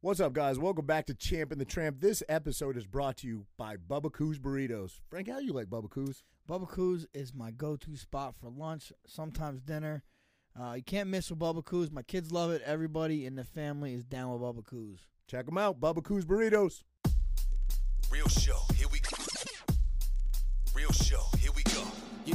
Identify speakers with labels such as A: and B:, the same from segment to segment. A: What's up, guys? Welcome back to Champ and the Tramp. This episode is brought to you by Bubba Coos Burritos. Frank, how you like Bubba Coos?
B: Bubba Coos is my go-to spot for lunch, sometimes dinner. Uh, you can't miss with Bubba Coos. My kids love it. Everybody in the family is down with Bubba Coos.
A: Check them out, Bubba Coos Burritos.
C: Real show, here we go. Real show, here we go. You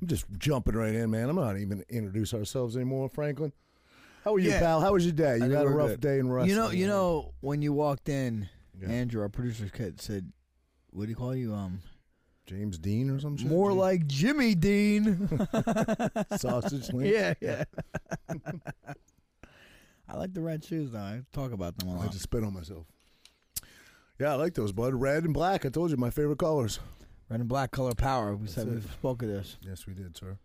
A: I'm just jumping right in, man. I'm not even introduce ourselves anymore, Franklin. How are you,
B: Yeah.
A: pal? How was your day? You
D: think
A: had a
D: we're
A: rough
D: good.
A: day in wrestling.
B: you know, you know, when you walked in,
A: Yeah.
B: Andrew, our producer's kid, said, "What do you call you?" Um,
A: James Dean or some shit?
B: more like Jimmy Dean.
A: sausage links.
B: yeah, yeah. I like the red shoes though. I talk about them a
A: Oh, I
B: lot.
A: just spit on myself. Yeah, I like those, bud. Red and black. I told you, my favorite colors.
B: Red and black color power. We said
A: it.
B: we've spoken of this.
A: Yes, we did, sir.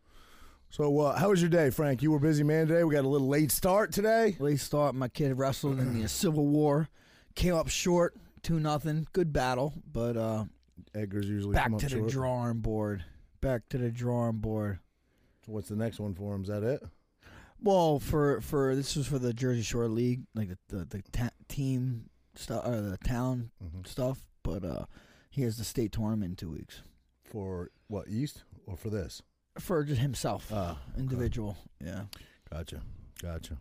A: So, uh, how was your day, Frank? You were busy, man. Today we got a little late start today.
B: They start. My kid wrestled in the Civil War, came up short, two nothing. Good battle, but uh,
A: Edgar's usually
B: back
A: come up
B: to the
A: short.
B: drawing board. Back to the drawing board.
A: So what's the next one for him? Is that it?
B: Well, for for this was for the Jersey Shore League, like the the, the ta- team stuff or the town stuff. But uh, he has the state tournament in two weeks
A: For what East or for this?
B: for just himself, uh,
A: Ah,
B: individual. Yeah.
A: Gotcha, gotcha.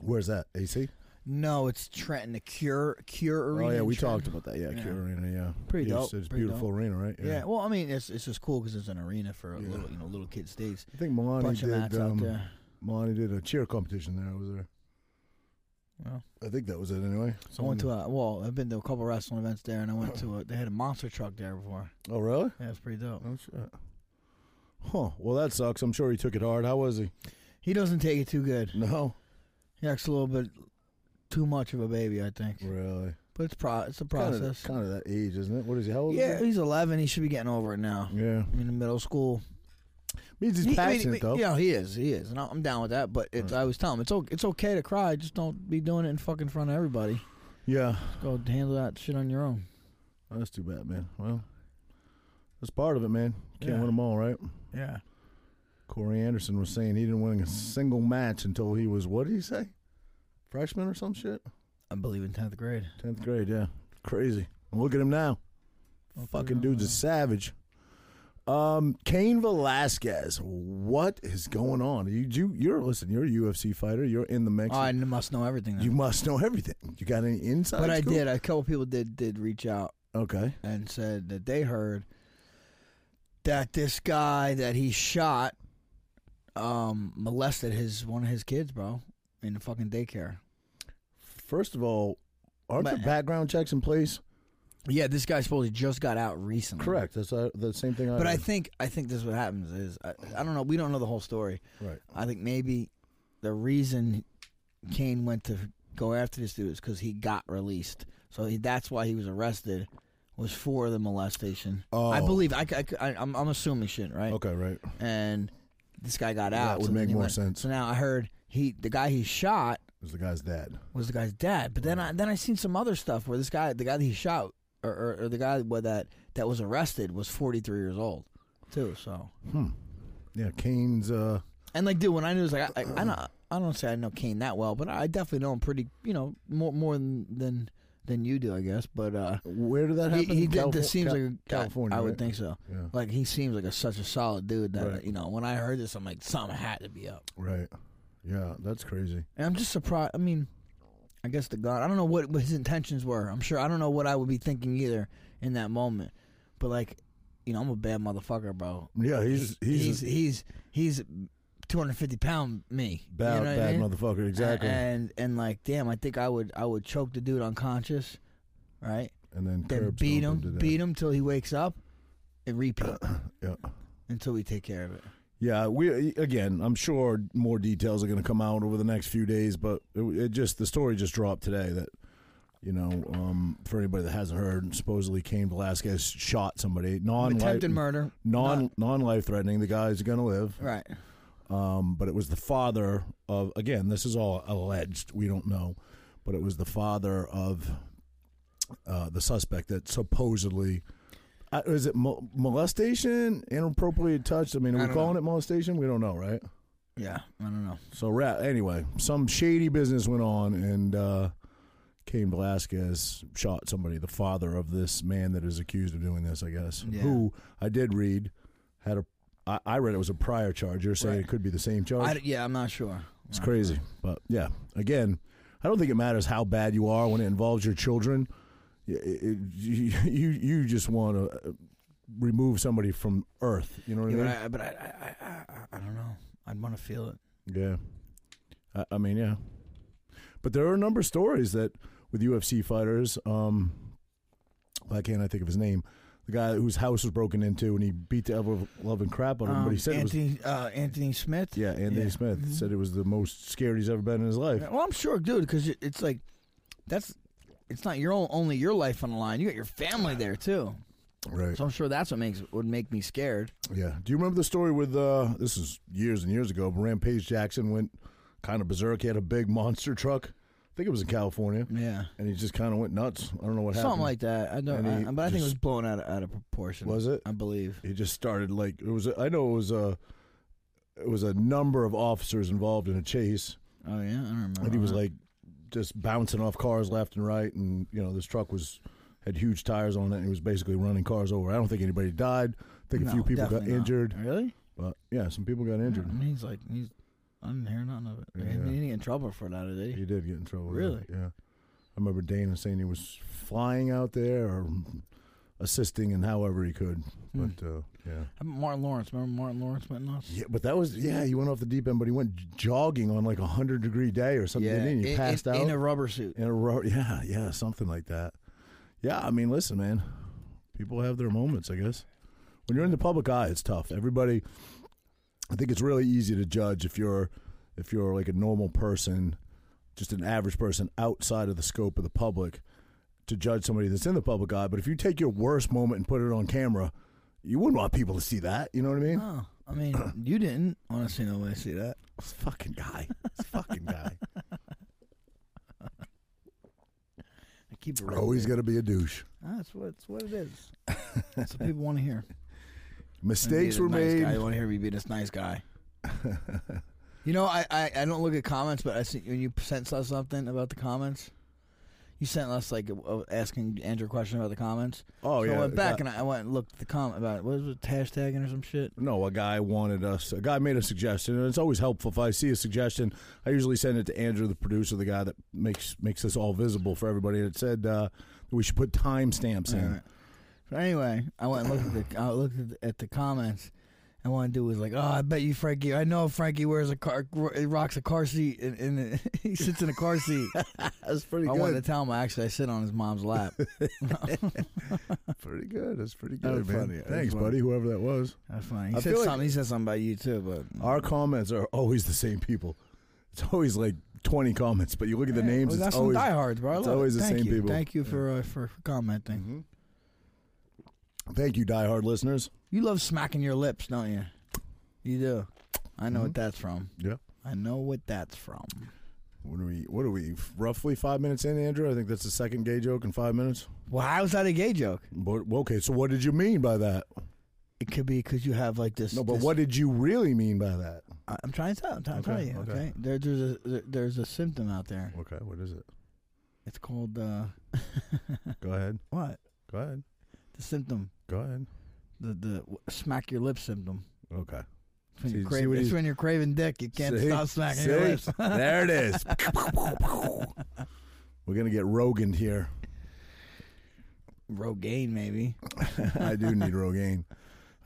A: Where's that? AC?
B: No, it's Trenton, the Cure Cure Arena.
A: oh yeah,
B: in
A: we
B: Trenton.
A: talked about that. Yeah,
B: Yeah.
A: Cure Arena. Yeah,
B: Pretty
A: Yes,
B: dope,
A: It's a
B: pretty
A: beautiful
B: dope.
A: arena, right?
B: Yeah. Well, I mean, it's it's just cool because it's an arena for a
A: Yeah.
B: little you know little kid states.
A: I think Milani
B: Bunch of mats
A: did.
B: out
A: Um,
B: there.
A: Milani did a cheer competition there. I was there.
B: Well.
A: I think that was it anyway.
B: I went to a well. I've been to a couple wrestling events there, and I went to a. They had a monster truck there before.
A: oh really?
B: Yeah, it's pretty dope.
A: Oh shit. Huh. Well, that sucks. I'm sure he took it hard. How was he?
B: He doesn't take it too good.
A: No.
B: He acts a little bit too much of a baby, I think.
A: Really.
B: But it's pro. It's a process.
A: Kind of that age, isn't it? What is he? How old?
B: yeah,
A: Is
B: he's 11. He should be getting over it now.
A: he? Yeah.
B: I mean, in middle school.
A: Means he's
B: He- I mean,
A: passionate
B: I
A: though.
B: mean, Yeah, he is. He is, and I- I'm down with that. But it's, I was telling him it's okay, it's okay to cry. Just don't be doing it in fucking front of everybody.
A: Yeah.
B: Go handle that shit on your own.
A: Oh, that's too bad, man. Well, that's part of it, man. Can't
B: Yeah.
A: 'em win them all, right?
B: Yeah.
A: Corey Anderson was saying he didn't win a single match until he was what did he say? Freshman or some shit?
B: I believe in tenth grade.
A: Tenth grade, yeah. Crazy. And look at him now. Fucking dude's a savage. Um, Kane Velasquez, what is going on? You, you, you're listen. You're a UFC fighter. You're in the mix.
B: Oh, I must know everything. Then.
A: you must know everything. You got any insight?
B: but I did. A couple people did did reach out
A: Okay.
B: and said that they heard that this guy that he shot um molested his one of his kids, bro, in the fucking daycare.
A: First of all, aren't
B: But-
A: the background checks in place?
B: Yeah, this guy supposedly just got out recently.
A: Correct. That's uh, the same thing. I
B: But I
A: heard.
B: think I think this is what happens is I, I don't know. We don't know the whole story.
A: Right.
B: I think maybe the reason Kane went to go after this dude is because he got released. So he, that's why he was arrested was for the molestation.
A: Oh.
B: I believe I, am I'm assuming shit right.
A: Okay, right.
B: And this guy got out.
A: would
B: so then
A: make
B: he
A: more
B: went-
A: sense.
B: So now I heard he the guy he shot
A: It's the guy's dad.
B: was the guy's dad. But then I then I seen some other stuff where this guy the guy that he shot or, or, or the guy where that that was arrested was 43 years old too. So.
A: Yeah, Kane's. Uh,
B: And like, dude, when I knew, it was like, I, I, I don't, I don't say I know Kane that well, but I definitely know him pretty, you know, more more than than than you do, I guess. But uh,
A: where did that
B: he,
A: happen?
B: he did.
A: Californ-
B: This seems
A: Cal-
B: like a,
A: California.
B: I, would
A: right?
B: think so.
A: Yeah.
B: Like he seems like a, such a solid dude that
A: Right.
B: you know. When I heard this, I'm like, something had to be up.
A: Right. Yeah, that's crazy.
B: And I'm just surprised. I mean, I guess the God. I don't know what, what his intentions were. I'm sure. I don't know what I would be thinking either in that moment. But like, you know, I'm a bad motherfucker, bro.
A: Yeah, he's
B: He's
A: he's, a
B: he's he's 250 pound me. You
A: bad,
B: know what I
A: bad
B: mean?
A: motherfucker. Exactly. And,
B: And and like, damn, I think I would I would choke the dude unconscious, right?
A: then,
B: Then
A: curb
B: beat
A: stomp
B: him,
A: to death.
B: beat him till he wakes up, and repeat
A: Yeah.
B: until we take care of it.
A: Yeah, we again. I'm sure more details are going to come out over the next few days, but it, it just the story just dropped today that you know um, for anybody that hasn't heard, supposedly Cain Velasquez shot somebody non
B: attempted murder.
A: non non life threatening. The guy's going to live,
B: Right.
A: um, but it was the father of again. This is all alleged. We don't know, but it was the father of uh, the suspect that supposedly. Uh, is it mo- molestation, inappropriate touch? I mean,
B: I
A: are we
B: don't
A: calling it molestation? We don't know, right?
B: Yeah. I don't know.
A: So ra- anyway, some shady business went on, and uh, Cain Velasquez shot somebody, the father of this man that is accused of doing this, I guess.
B: Yeah.
A: Who I did read had a, I, I read it was a prior charge. You're saying
B: Right.
A: it could be the same charge.
B: I d yeah, I'm not sure.
A: Oh, it's crazy, but yeah. Again, I don't think it matters how bad you are when it involves your children. Y- it- it- you, you you just want to uh, remove somebody from Earth. You know what I
B: Yeah,
A: mean?
B: but I, but I, I, I, I, I don't know. I'd want to feel it.
A: Yeah. I, I mean, yeah. But there are a number of stories that with UFC fighters, um, why can't I think of his name? The guy whose house was broken into and he beat the ever loving crap out of him. but he said it was.
B: Um, Anthony, uh, Anthony Smith.
A: Yeah, Anthony
B: Yeah. Mm-hmm.
A: Smith said it was the most scared he's ever been in his life.
B: Yeah, Well, I'm sure, dude, because it's like that's it's not your own, only your life on the line. You got your family there too,
A: Right.
B: so I'm sure that's what makes would make me scared.
A: Yeah. Do you remember the story with uh this is years and years ago, but Rampage Jackson went kind of berserk. He had a big monster truck. I think it was in California.
B: Yeah,
A: And he just kind of went nuts. I don't know what
B: something
A: happened.
B: like that. I don't,
A: And he
B: I, but I think it was
A: just-
B: blown out of, out of proportion.
A: Was it?
B: I believe.
A: It just started like it was. I know it was a it was a number of officers involved in a chase,
B: Oh yeah, I don't remember.
A: and he was
B: that.
A: like just bouncing off cars left and right, and you know this truck was had huge tires on it, and he was basically running cars over. I don't think anybody died. I think a
B: No,
A: few people got
B: definitely not. Mm-hmm.
A: injured,
B: Really?
A: but yeah, some people got injured.
B: I mean, he's like he's. I didn't hear nothing of it. He
A: Yeah.
B: didn't get in trouble for that, did he?
A: He did get in trouble. yeah,
B: Really?
A: Yeah. I remember Dana saying he was flying out there or assisting in however he could,
B: Hmm.
A: but uh, yeah.
B: How about Martin Lawrence. Remember Martin Lawrence went nuts.
A: Yeah, but that was yeah. He went off the deep end, but he went j- jogging on like a hundred degree day or something. didn't he? And he
B: in-
A: passed
B: in,
A: out
B: in a rubber suit.
A: in a row. Yeah, yeah, something like that. Yeah, I mean, listen, man. People have their moments, I guess. When you're in the public eye, it's tough. Everybody, I think it's really easy to judge if you're if you're like a normal person, just an average person outside of the scope of the public, to judge somebody that's in the public eye. But if you take your worst moment and put it on camera, you wouldn't want people to see that. You know what I mean?
B: Oh, I mean, you didn't. Honestly, no way I see that.
A: This fucking guy. This fucking guy.
B: I keep it. right
A: Always
B: there.
A: going to be a douche.
B: That's what it's what it is. That's what people want to hear.
A: Mistakes were
B: nice
A: made.
B: Guy. You want to hear me be this nice guy. you know, I, I, I don't look at comments, but I see when you sent us something about the comments. You sent us like a, a- asking Andrew a question about the comments.
A: Oh,
B: so
A: yeah.
B: I went back
A: That-
B: and I I went and looked at the comment about it. What was it hashtagging or some shit?
A: no, a guy wanted us. A guy made a suggestion, and it's always helpful if I see a suggestion. I usually send it to Andrew, the producer, the guy that makes makes this all visible for everybody. And it said uh, we should put timestamps in.
B: Alright. So anyway, I went and looked at the I looked at the, at the comments. And one dude was like, "Oh, I bet you Frankie. I know Frankie wears a car, rocks a car seat, and, and he sits in a car seat."
A: That's pretty
B: I wanted to tell him actually I sit on his mom's lap.
A: pretty good. That's pretty
B: That
A: good, man.
B: was funny. That was
A: Thanks,
B: funny.
A: buddy. Whoever that was.
B: That's funny. He
A: I
B: said
A: feel like-
B: something. he said something about you too, but
A: Our comments are always the same people. It's always like twenty comments, but you look at the names.
B: Well, that's
A: it's
B: some
A: always
B: diehards, bro. I
A: it's
B: love it.
A: always the
B: Thank
A: same
B: you.
A: people.
B: Thank you for uh, for for commenting.
A: Mm-hmm. thank you, diehard listeners.
B: You love smacking your lips, don't you? You do. I know what that's from.
A: Mm-hmm. Yeah.
B: I know what that's from.
A: What are we? What are we? Roughly five minutes in, Andrew. I think that's the second gay joke in five minutes.
B: Well, how's that a gay joke?
A: But, okay, so what did you mean by that?
B: It could be because you have like this.
A: No, but
B: this-
A: what did you really mean by that?
B: I- I'm trying to tell. I'm trying
A: Okay,
B: to tell you.
A: okay.
B: Okay. There, there's a there, there's a symptom out there.
A: Okay, what is it?
B: It's called uh,
A: Go ahead.
B: what?
A: Go ahead.
B: The symptom.
A: Go ahead.
B: The the w- smack your lips symptom.
A: Okay.
B: It's when,
A: See-
B: you're
A: see
B: craving,
A: what
B: it's
A: he's-
B: when you're craving dick. You can't
A: See?
B: stop smacking
A: See?
B: your lips.
A: there it is. We're gonna get Rogan here.
B: Rogaine, maybe.
A: I do need Rogaine.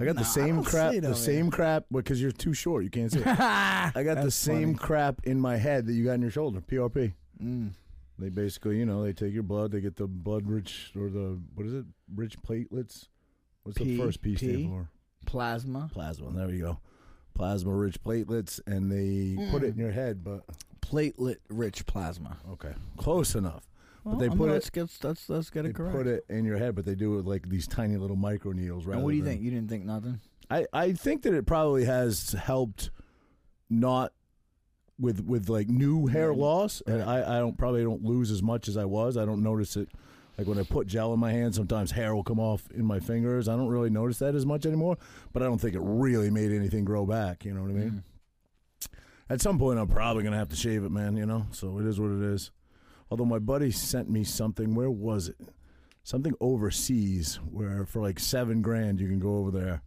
A: I got
B: Nah, I
A: the same
B: don't
A: crap.
B: see it
A: The
B: over
A: same crap because you're too short. You can't see it.
B: I
A: I got the same crap in my head that you got in your shoulder. PRP.
B: Mm.
A: They basically, you know, they take your blood, they get the blood rich or the what is it? Rich platelets. What's
B: P-
A: the first P, stand
B: P?
A: for?
B: Plasma.
A: Plasma. There you go. plasma rich platelets, and they put
B: Hmm.
A: it in your head, but
B: platelet rich plasma.
A: okay, close enough.
B: Well,
A: but they
B: I mean,
A: put
B: let's
A: it,
B: get let's let's get
A: they
B: it correct.
A: put it in your head, but they do it with like these tiny little micro needles.
B: and what do you think? You didn't think nothing?
A: I, I think that it probably has helped not with with like new hair loss and I, I don't probably don't lose as much as I was. I don't notice it like when I put gel in my hand sometimes hair will come off in my fingers. I don't really notice that as much anymore, but I don't think it really made anything grow back, you know what I mean? At some point I'm probably going to have to shave it, man, you know? So it is what it is. Although my buddy sent me something, where was it? Something overseas where for like 7 grand you can go over there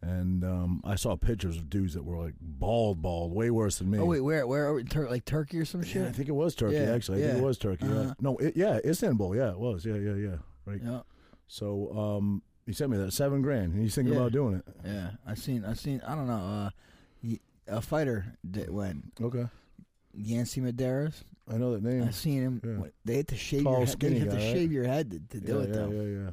A: and um, I saw pictures of dudes that were like bald, bald, way worse than me.
B: Oh wait, where where are we? Tur- like Turkey or some
A: yeah, I
B: shit?
A: think it was Turkey.
B: Yeah,
A: actually, I think
B: yeah.
A: it was Turkey. yeah.
B: Uh-huh.
A: No, it, yeah, Istanbul. Yeah, it was. Yeah, yeah, yeah. Right.
B: Yeah,
A: So, um, he sent me that seven grand, and he's thinking
B: Yeah.
A: about doing it.
B: yeah. I seen I seen I don't know. Uh, y- a fighter that went
A: Okay,
B: Yancy Medeiros.
A: I know that name.
B: I seen him.
A: Yeah.
B: when- They had to shave
A: Tall,
B: your head. They
A: skinny
B: had to
A: guy, right?
B: shave your head to, to do
A: yeah,
B: it
A: yeah,
B: though.
A: yeah, yeah.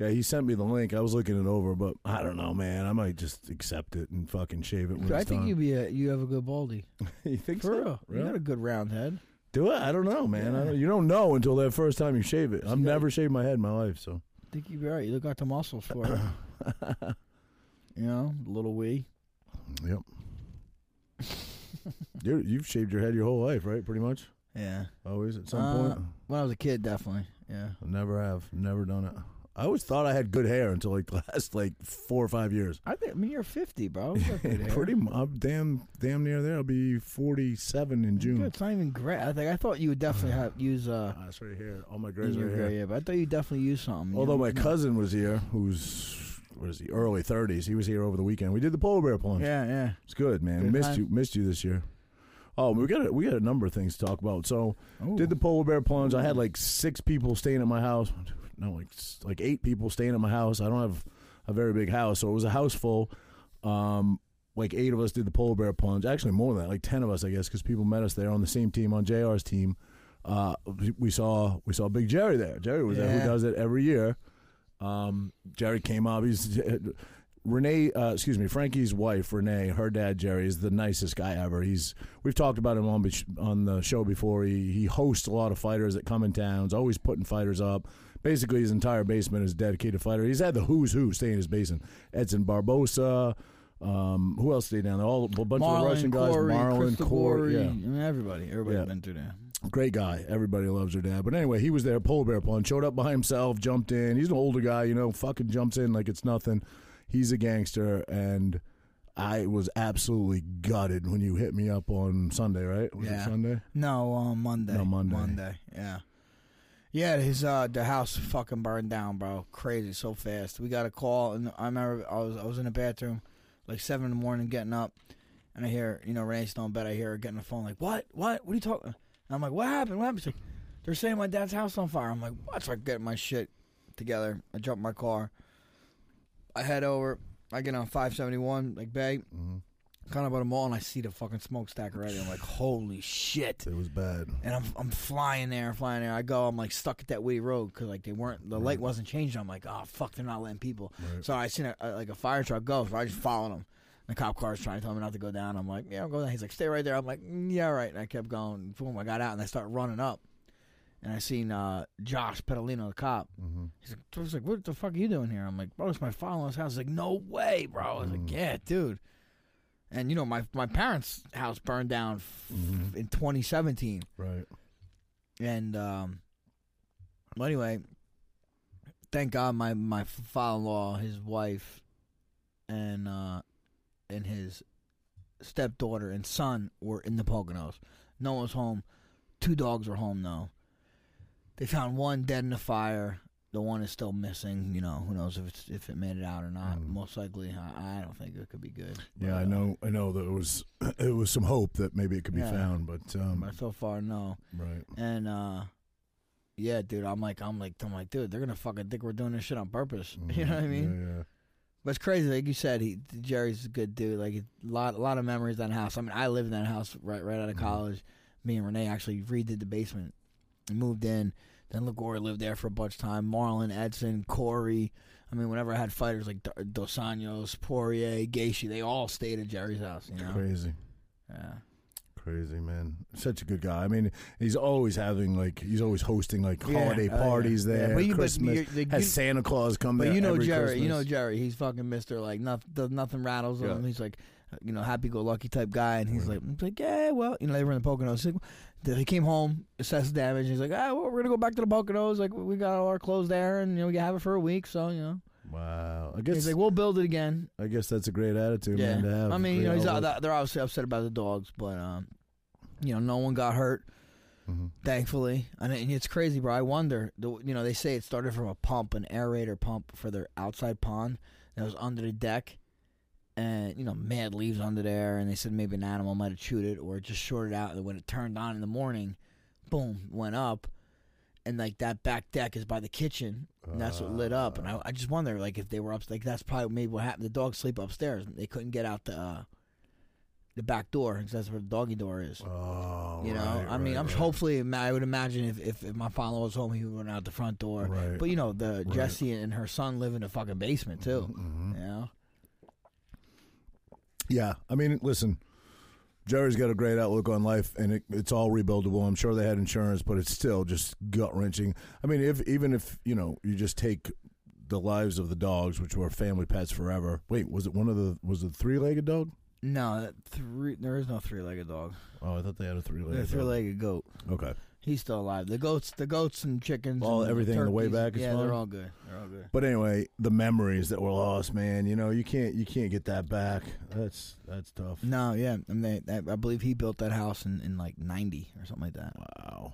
A: Yeah, he sent me the link. I was looking it over, but I don't know, man. I might just accept it and fucking shave it. When
B: I
A: it's
B: think
A: time.
B: you be a, you have a good baldy.
A: you think
B: For
A: so?
B: real, you
A: Really?
B: got a good round head.
A: Do it? I don't know, man. I don't, you don't know until that first time you shave it. I've
B: that-
A: never shaved my head in my life, so
B: I think you be all right. You look got the muscles for it. you know, little wee.
A: Yep. You're, you've shaved your head your whole life, right? Pretty much.
B: Yeah.
A: Always at some
B: Uh,
A: point.
B: When I was a kid, definitely. Yeah.
A: I never have. Never done it. I always thought I had good hair until like the last like four or five years.
B: I think. I mean, you're 50, bro. You got good hair.
A: Pretty, mu- I'm damn, damn near there. I'll be 47 in
B: Good.
A: June.
B: It's not even gray. I think I thought you would definitely have use uh
A: Ah, it's right here. All my
B: in
A: grays
B: your
A: are
B: gray,
A: here.
B: yeah, but I thought you definitely use something.
A: Although
B: you
A: my
B: know?
A: cousin was here, who's what is he? Early 30s. He was here over the weekend. We did the polar bear plunge.
B: Yeah, yeah.
A: It's good, man.
B: Good
A: missed
B: time.
A: you, missed you this year. Oh, we got a, we got a number of things to talk about. So, did the polar bear plunge. I had like six people staying at my house. No, like s- like eight people staying at my house. I don't have a very big house, so it was a house full. Um, like eight of us did the polar bear plunge. Actually, more than that, like ten of us, I guess, because people met us there on the same team on Jr's team. Uh, we- we saw we saw Big Jerry there. Jerry was there,
B: Yeah.
A: who does it every year. Um, Jerry came up. He's uh, Renee, uh, excuse me, Frankie's wife, Renee. Her dad, Jerry, is the nicest guy ever. He's we've talked about him on be- on the show before. He he hosts a lot of fighters that come in towns, always putting fighters up. Basically, his entire basement is dedicated to fighter. He's had the who's who stay in his basement. Edson Barbosa. Um, who else stayed down there? All a bunch of
B: Marlon,
A: Russian guys.
B: Corey,
A: Marlon,
B: Crystal
A: Corey,
B: Corey,
A: yeah.
B: I mean, everybody, everybody
A: Yeah.
B: been through that.
A: Great guy. Everybody loves her dad. But anyway, he was there, polar bear plunge, showed up by himself, jumped in. He's an older guy, you know, fucking jumps in like it's nothing. He's a gangster. And I was absolutely gutted when you hit me up on Sunday, right? Was
B: Yeah.
A: it Sunday?
B: No, uh, Monday.
A: No, Monday.
B: Monday. Yeah. Yeah, his uh the house fucking burned down, bro. Crazy, so fast. We got a call, and I remember I was I was in the bathroom, like seven in the morning, getting up, and I hear you know Renee still in bed. I hear her getting the phone, like what, what, what are you talking? And I'm like, what happened? What happened? She's like, They're saying my dad's house on fire. I'm like, what? So I get my shit together. I jump in my car. I head over. I get on 571, like bay, kind of by the mall, and I see the fucking smokestack already. I'm like, holy shit!
A: It was bad.
B: and I'm I'm flying there, flying there. I go, I'm like stuck at that Woody Road because like they weren't the light wasn't changed. I'm like, oh fuck, they're not letting people. So I seen a, a- like a fire truck go, so I just followed him. The cop car's trying to tell me not to go down. I'm like, yeah, I'll go down. He's like, stay right there. I'm like, "Mm, yeah, all right. And I kept going. Boom, I got out and I start running up, and I seen uh, Josh Pedalino, the cop.
A: Mm-hmm.
B: He's like, I was like, what the fuck are you doing here? I'm like, bro, it's my father-in-law's house. He's like, no way, bro. I was like, yeah, dude. And you know, my my parents' house burned down f- in 2017.
A: Mm-hmm. Right.
B: And um, well, anyway, thank God my my father-in-law, his wife, and uh, and his stepdaughter and son were in the Poconos. No one was home. Two dogs were home though. They found one dead in the fire. The one is still missing. You know, who knows if it's, if it made it out or not? Most likely, I, I don't think it could be good.
A: Mm. Yeah,
B: But,
A: I
B: uh,
A: know. I know that it was. It was some hope that maybe it could be
B: Yeah.
A: found, but um,
B: But so far, no.
A: right.
B: And uh yeah, dude, I'm like I'm like I'm like, dude, they're gonna fucking think we're doing this shit on purpose. You know what I mean?
A: Mm-hmm. Yeah, yeah.
B: But it's crazy, like you said, he Jerry's a good dude. Like a lot a lot of memories in that house. I mean, I lived in
A: Mm-hmm.
B: that house right right out of college. Me and Renee actually redid the basement, moved in. Then Lagore lived there for a bunch of time. Marlon, Edson, Corey. I mean, whenever I had fighters like Do- Dos Anjos, Poirier, Gaethje, they all stayed at Jerry's house. You know,
A: Crazy.
B: yeah.
A: Crazy man, such a good guy. I mean, he's always having like he's always hosting like
B: Yeah,
A: holiday
B: oh, yeah.
A: parties
B: Yeah,
A: there.
B: but you- but
A: Christmas
B: you're- the-
A: has
B: you-
A: Santa Claus come
B: But
A: there.
B: you know
A: every
B: Jerry, you know
A: Christmas.
B: Jerry. He's fucking Mister like nothing, nothing rattles
A: Yeah.
B: him. He's like, uh, you know, happy-go-lucky type guy, and he's like, he's like, yeah, well, you know, they were in the Poconos. He's like, then he came home, assessed damage. He's like, ah, well, we're gonna go back to the Poconos. Like, we got all our clothes there, and you know, we can have it for a week. So you know,
A: Wow, I
B: he's
A: guess
B: like, we'll build it again.
A: I guess that's a great attitude,
B: Yeah,
A: man. To have.
B: I mean, you
A: Great
B: know, he's, uh,
A: outlook.
B: th- they're obviously upset about the dogs, but um, you know, no one got hurt.
A: Mhm.
B: Thankfully, and, it- and it's crazy, bro. I wonder, the, you know, they say it started from a pump, an aerator pump for their outside pond that was under the deck, and you know, mad leaves under there, and they said maybe an animal might have chewed it or it just shorted out, and when it turned on in the morning, boom, went up, and like that back deck is by the kitchen, and that's what lit up, and I, I just wonder, like, if they were up, like that's probably maybe what happened. The dogs sleep upstairs, they couldn't get out the. Uh, the back door, 'cause that's where the doggy door is.
A: Oh,
B: You know,
A: right,
B: I mean,
A: right,
B: I'm
A: right.
B: hopefully I would imagine if, if, if my father was home, he would run out the front door.
A: Right.
B: But you know, the
A: Right.
B: Jesse and her son live in the fucking basement too.
A: Mhm.
B: You know,
A: Yeah, I mean, listen, Jerry's got a great outlook on life, and it, it's all rebuildable. I'm sure they had insurance, but it's still just gut wrenching. I mean, if even if you know you just take the lives of the dogs, which were family pets forever. Wait, was it one of the was it three legged dog?
B: no, that three there is no three legged dog.
A: Oh, I thought they had a three
B: They're
A: legged.
B: three legged goat.
A: Okay.
B: He's still alive. The goats, the goats and chickens.
A: All-
B: and
A: everything on the way
B: turkeys,
A: back is
B: Yeah,
A: fine?
B: they're all good. They're all good.
A: But anyway, the memories that were lost, man. You know, you can't you can't get that back. That's that's tough.
B: No, yeah, I mean, they, that, I believe he built that house in, in like '90 or something like that.
A: Wow.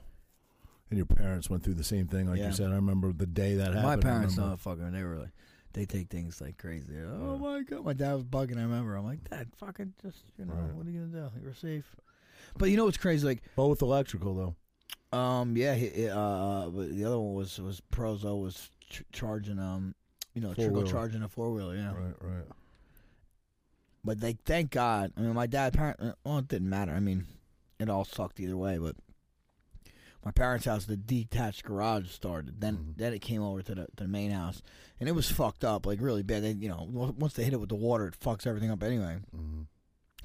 A: And your parents went through the same thing, like
B: Yeah.
A: you said. I remember the day that happened.
B: My
A: I
B: parents
A: remember-
B: don't fucking. They were like, they take things like crazy. They're like, oh my god, my dad was bugging. I remember. I'm like, Dad, fucking just you know,
A: Right.
B: what are you gonna do? You're safe. But you know what's crazy? Like,
A: both electrical though.
B: um, yeah, he, he- uh, uh, but the other one was was Prozo was ch- charging um, you know, trickle
A: Four-wheeler.
B: charging a four wheeler. Yeah,
A: Right, right.
B: but they thank God. I mean, my dad apparently, well, it didn't matter. I mean, it all sucked either way. But my parents' house, the detached garage started. Then,
A: Mhm.
B: then it came over to the, to the main house, and it was fucked up, like really bad. They, you know, w- once they hit it with the water, it fucks everything up anyway.
A: Mhm.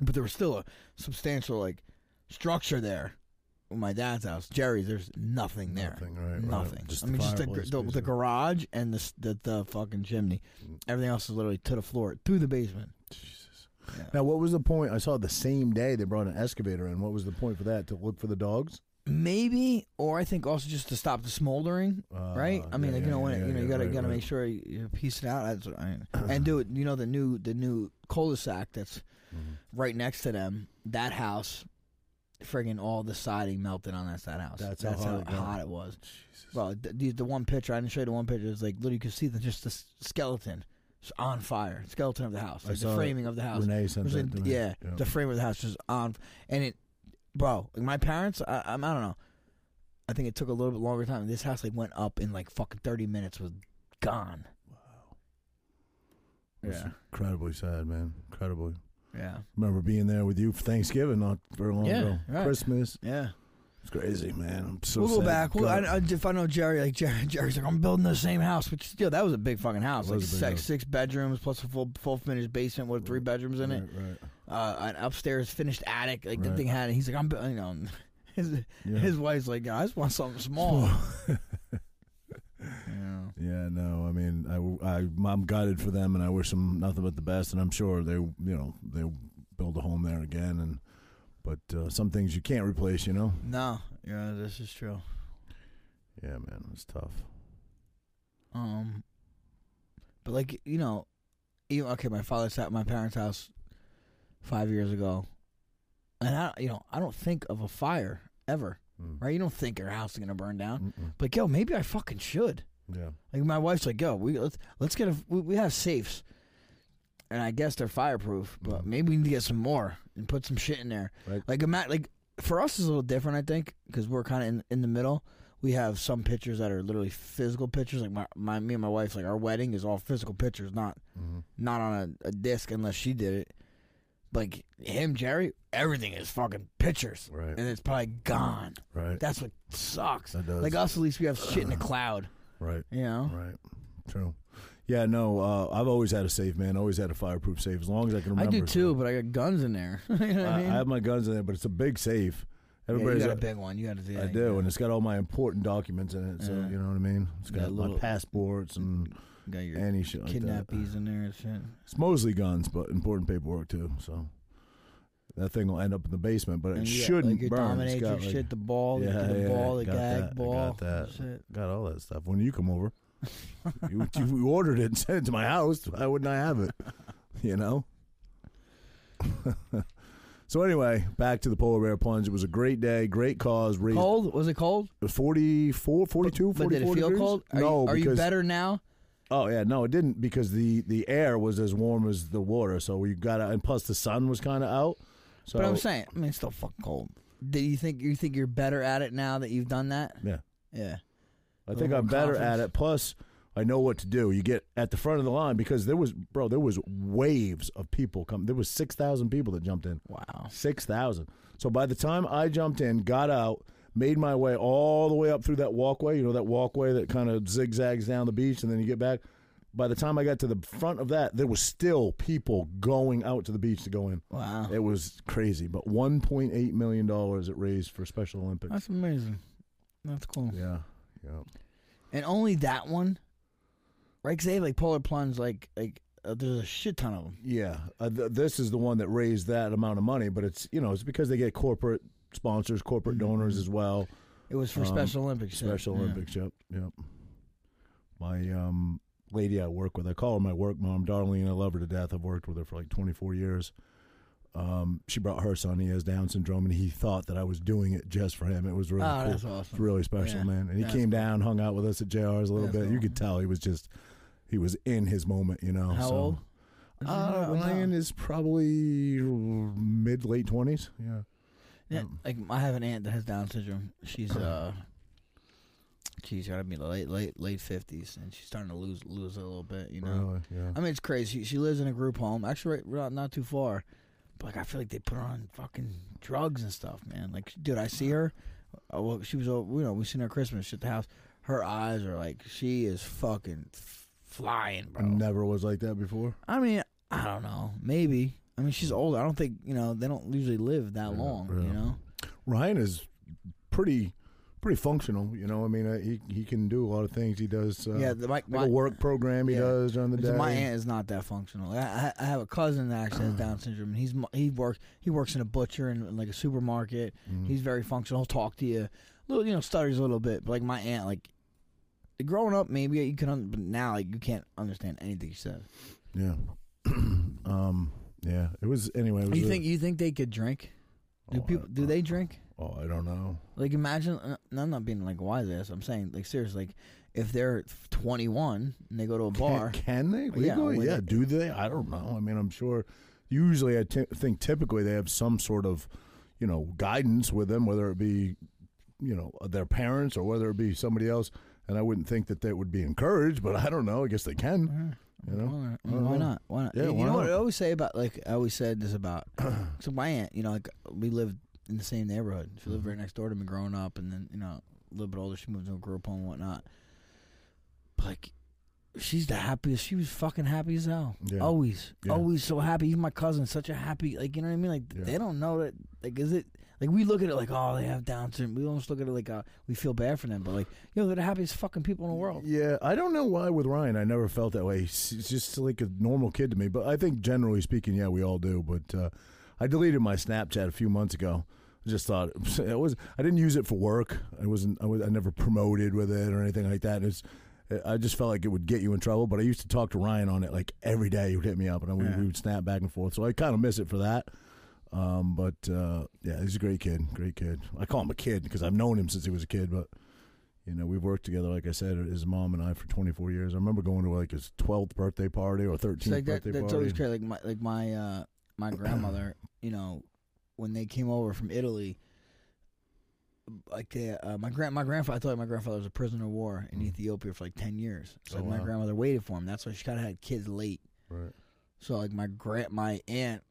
B: But there was still a substantial like structure there. With my dad's house, Jerry's, there's nothing there.
A: Nothing, right? right.
B: Nothing.
A: Just
B: I mean, just the,
A: fireplace,
B: the, the
A: basically. Mm.
B: garage and the, s- the the fucking chimney. Everything else is literally to the floor, through the basement.
A: Jesus.
B: Yeah.
A: Now, what was the point? I saw the same day they brought an excavator in. What was the point for that? To look for the dogs,
B: maybe, or I think also just to stop the smoldering,
A: Uh,
B: right? I mean,
A: yeah,
B: like, you know,
A: yeah,
B: when it-
A: yeah,
B: you know, you
A: yeah,
B: gotta
A: right,
B: gotta
A: right.
B: make sure you, you piece it out. That's what I, and do it. You know, the new the new cul-de-sac that's
A: Mm-hmm.
B: right next to them, that house, friggin' all the siding melted on that side house.
A: That's how hot it got.
B: it was. Well, the, the the one picture I didn't show you the one picture is like literally you could see the, just the s- skeleton s- on fire, skeleton of the house,
A: I
B: like
A: saw
B: the
A: that.
B: framing of the house.
A: Renee sent
B: It was
A: that
B: in-
A: to me.
B: yeah,
A: Yeah.
B: the frame of the house was on, and it, bro. Like my parents, I, I'm, I don't know. I think it took a little bit longer time. This house like went up in like fucking 30 minutes was gone. Wow.
A: That's
B: Yeah.
A: incredibly sad, man. Incredibly.
B: Yeah.
A: Remember being there with you for Thanksgiving not very long
B: Yeah,
A: ago.
B: right.
A: Christmas.
B: Yeah.
A: It's crazy, man. I'm so.
B: We'll go
A: sad.
B: back. Well, I,
A: God.
B: I, if I know Jerry, like Jerry, Jerry's like, I'm building the same house, which still that was a big fucking house,
A: It
B: like
A: was a big
B: six,
A: house.
B: six bedrooms plus a full full finished basement with three bedrooms in it.
A: Right, right.
B: uh, an upstairs finished attic. Like the
A: Right.
B: thing had, he's like, I'm, bu- you know, his
A: Yeah.
B: his wife's like, I just want something small. yeah.
A: Yeah, no, I mean, I, I, I'm gutted for them, and I wish them nothing but the best. And I'm sure they, you know, they will build a home there again. And but uh, some things you can't replace, you know.
B: No, yeah, this is true.
A: Yeah, man, it's tough.
B: Um, but like you know, even okay, my father sat at my parents' house five years ago, and I, you know, I don't think of a fire ever,
A: Mm.
B: right? You don't think your house is gonna burn down,
A: Mm-mm.
B: but yo, maybe I fucking should.
A: Yeah,
B: Like my wife's like, yo, we let's let's get a we, we have safes, and I guess they're fireproof, but
A: Mhm.
B: maybe we need to get some more and put some shit in there.
A: Right.
B: Like ima- like for us is a little different, I think, because we're kind of in in the middle. We have some pictures that are literally physical pictures. Like my, my me and my wife's like our wedding is all physical pictures, not
A: Mhm.
B: not on a, a disc unless she did it. like him, Jerry, everything is fucking pictures,
A: Right.
B: and it's probably gone.
A: Right.
B: That's what sucks.
A: That does.
B: Like uh, uh-huh. us, at least we have shit in the cloud.
A: Right.
B: You know.
A: Right. True. Yeah, no, uh, I've always had a safe, man. Always had a fireproof safe as long as I can
B: I
A: remember.
B: do
A: so-
B: too, but I got guns in there. you know what
A: I,
B: I mean?
A: I have my guns in there, but it's a big safe.
B: Yeah, you
A: Everybody's
B: got a big one. You got to do.
A: I
B: that.
A: do, and it's got all my important documents in it. So
B: Yeah.
A: you know what I mean. It's got
B: That
A: my
B: little-
A: passports and
B: You got your
A: any shit like that.
B: kidnappees in there and shit.
A: It's mostly guns, but important paperwork too. So that thing will end up in the basement, but it
B: And you got,
A: shouldn't
B: like, your
A: burn. It's
B: Dominatrix
A: got, like-
B: shit, the ball, the-
A: yeah,
B: the
A: yeah,
B: ball, the
A: got
B: gag
A: that, I
B: ball,
A: got that,
B: shit.
A: got all that stuff. When you come over, you, you ordered it and sent it to my house. Why wouldn't I have it? You know. so anyway, back to the polar bear plunge. It was a great day, great cause. Raised
B: Cold? Was it cold?
A: 44, 42,
B: But did it
A: 44
B: feel
A: degrees?
B: cold? Are
A: no,
B: you, are
A: because
B: you better now?
A: oh yeah, no, it didn't because the the air was as warm as the water, so we got out, and plus the sun was kind of out. So
B: But I'm saying, I mean, it's still fucking cold. Do you think you think you're better at it now that you've done that?
A: yeah,
B: Yeah.
A: I think
B: little
A: I'm better at
B: confidence.
A: it. Plus, I know what to do. You get at the front of the line because there was bro, there was waves of people come. There was six thousand people that jumped in.
B: Wow.
A: Six thousand. So by the time I jumped in, got out, made my way all the way up through that walkway, you know, that walkway that kind of zigzags down the beach and then you get back. By the time I got to the front of that, there was still people going out to the beach to go in.
B: Wow.
A: It was crazy. But one point eight million dollars it raised for Special Olympics.
B: That's amazing. That's cool.
A: yeah. Yeah.
B: And only that one, right? 'Cause they have like polar plunge, like like uh, there's a shit ton of them.
A: Yeah, uh, th- this is the one that raised that amount of money, but it's you know it's because they get corporate sponsors, corporate donors as well.
B: It was for
A: Um,
B: Special Olympics. shit.
A: Special
B: Yeah.
A: Olympics, yep, yep. My um, lady I work with, I call her my work mom, Darlene. I love her to death. I've worked with her for like 24 years. Um, she brought her son. He has Down syndrome, and he thought that I was doing it just for him. It was really
B: Oh,
A: cool.
B: that's awesome.
A: It's really special,
B: Yeah,
A: man. And he
B: that's
A: came down, hung out with us at JR's a little
B: That's
A: bit. You
B: cool.
A: could tell he was just he was in his moment, you know.
B: How
A: so.
B: old?
A: Uh, Ryan is probably mid late twenties. Yeah.
B: Yeah, like I have an aunt that has Down syndrome. She's uh, she's gotta be late, late, late fifties, and she's starting to lose, lose it a little bit. You know,
A: Yeah.
B: I mean, it's crazy. She lives in a group home, actually, right, right not too far. But like, I feel like they put her on fucking drugs and stuff, man. Like, dude, I see her. Uh, well, she was, over- you know, we seen her Christmas at the house. Her eyes are like, she is fucking f- flying, bro.
A: Never was like that before.
B: I mean, I don't know. Maybe. I mean, she's older. I don't think you know. They don't usually live that long.
A: yeah.
B: You know.
A: Ryan is pretty pretty functional. You know, I mean, uh, he he can do a lot of things. He does. Uh,
B: Yeah, the- my-
A: like
B: my-
A: a work program he
B: yeah.
A: does during the
B: So
A: day.
B: my aunt is not that functional. I- I, I have a cousin that actually has Down syndrome, and he's mu- he works he works in a butcher and, like a supermarket.
A: Mm-hmm. Mm.
B: He's very functional. He'll talk to you, little you know stutters a little bit. But like my aunt, like growing up, maybe you can, un- but now like you can't understand anything she says.
A: Yeah. um. Yeah. It was anyway. It was
B: you
A: a-
B: think you think they could drink? Do
A: Oh, I-
B: people do they drink?
A: Oh, I don't know.
B: Like imagine, uh, and I'm not being like wise ass. I'm saying like seriously, like if they're 21 and they go to a bar,
A: Can, can they
B: Yeah,
A: legally?
B: with
A: Yeah,
B: it.
A: do they? I don't know. I mean, I'm sure. Usually, I t- think typically they have some sort of, you know, guidance with them, whether it be, you know, their parents or whether it be somebody else. And I wouldn't think that they would be encouraged, but I don't know. I guess they can. You know,
B: Why,
A: I don't
B: why
A: know.
B: not? Why not?
A: Yeah,
B: you
A: why
B: know what
A: not?
B: I always say about like I always said this about so my aunt, you know, like we lived in the same neighborhood. She
A: Mm-hmm.
B: lived right next door to me growing up and then, you know, a little bit older, she moved to a group home and whatnot. But like she's the happiest she was fucking happy as hell.
A: Yeah.
B: Always.
A: Yeah.
B: Always so happy. Even my cousin, such a happy like you know what I mean? Like
A: Yeah.
B: they don't know that like is it like we look at it like oh they have Down syndrome. We almost look at it like uh, we feel bad for them, but like yo they're the happiest fucking people in the world.
A: Yeah, I don't know why with Ryan I never felt that way. He's he's just like a normal kid to me, but I think generally speaking, yeah, we all do. But uh, I deleted my Snapchat a few months ago. I just thought it was I didn't use it for work. I wasn't I, was, I never promoted with it or anything like that. It's I just felt like it would get you in trouble, but I used to talk to Ryan on it like every day. He would hit me up, and I, we, we would snap back and forth. So I kind of miss it for that. Um, but uh, yeah, he's a great kid, great kid. I call him a kid because I've known him since he was a kid, but you know, we've worked together, like I said, his mom and I for 24 years. I remember going to like his 12th birthday party or 13th
B: It's like that,
A: birthday
B: that's
A: party.
B: always crazy. Like my like my uh, my grandmother, you know, when they came over from Italy, like they, uh, my grand my grandfather. I told you my grandfather was a prisoner of war in Ethiopia for like ten years. So
A: Mm. Oh,
B: my
A: wow.
B: grandmother waited for him. That's why she kind of had kids late.
A: Right.
B: So like my grand my aunt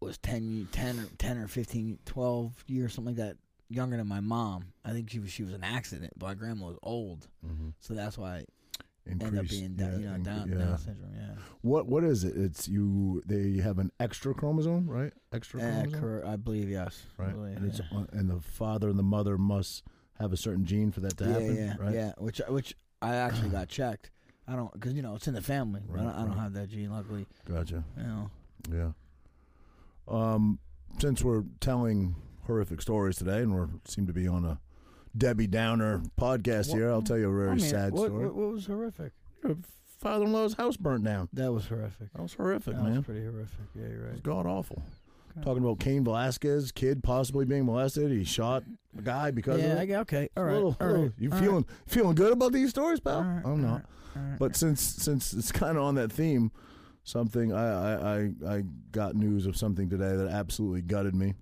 B: was 10, ye- 10, or, 10 or 15, 12 years, something like that, younger than my mom. I think she was she was an accident, but my grandma was old, so that's why I ended up
A: Mm-hmm. Increase,
B: being down, you know
A: inc-
B: down,
A: yeah.
B: Down syndrome. Yeah,
A: What what is it? It's you. They have an extra chromosome, right? Extra
B: Uh,
A: chromosome,
B: cor- I believe yes. I
A: right?
B: believe,
A: and, it's,
B: yeah.
A: on- and the father and the mother must have a certain gene for that to happen,
B: yeah, yeah,
A: right?
B: yeah. Which uh, which I actually got checked. I don't because you know it's in the family. but
A: Right,
B: I don't, I don't
A: right.
B: have that gene, luckily.
A: Gotcha.
B: You know.
A: Yeah. Um, since we're telling horrific stories today, and we seem to be on a Debbie Downer podcast
B: Well,
A: here, I'll tell you a very
B: I mean,
A: sad
B: what,
A: story.
B: What, what was horrific?
A: Your father-in-law's house burnt down.
B: That was horrific.
A: That was horrific,
B: That
A: man.
B: was pretty horrific. Yeah, you're
A: It was
B: right.
A: god awful.
B: Okay.
A: Talking about Cain Velasquez, kid possibly being molested. He shot a guy because
B: Yeah,
A: of it.
B: I get- okay. All right.
A: Little-
B: all
A: little-
B: right,
A: you
B: all
A: feeling
B: right,
A: feeling good about these stories, pal?
B: all right, all
A: I'm not.
B: right, all right.
A: But since since it's kind of on that theme, something I, I I I got news of something today that absolutely gutted me.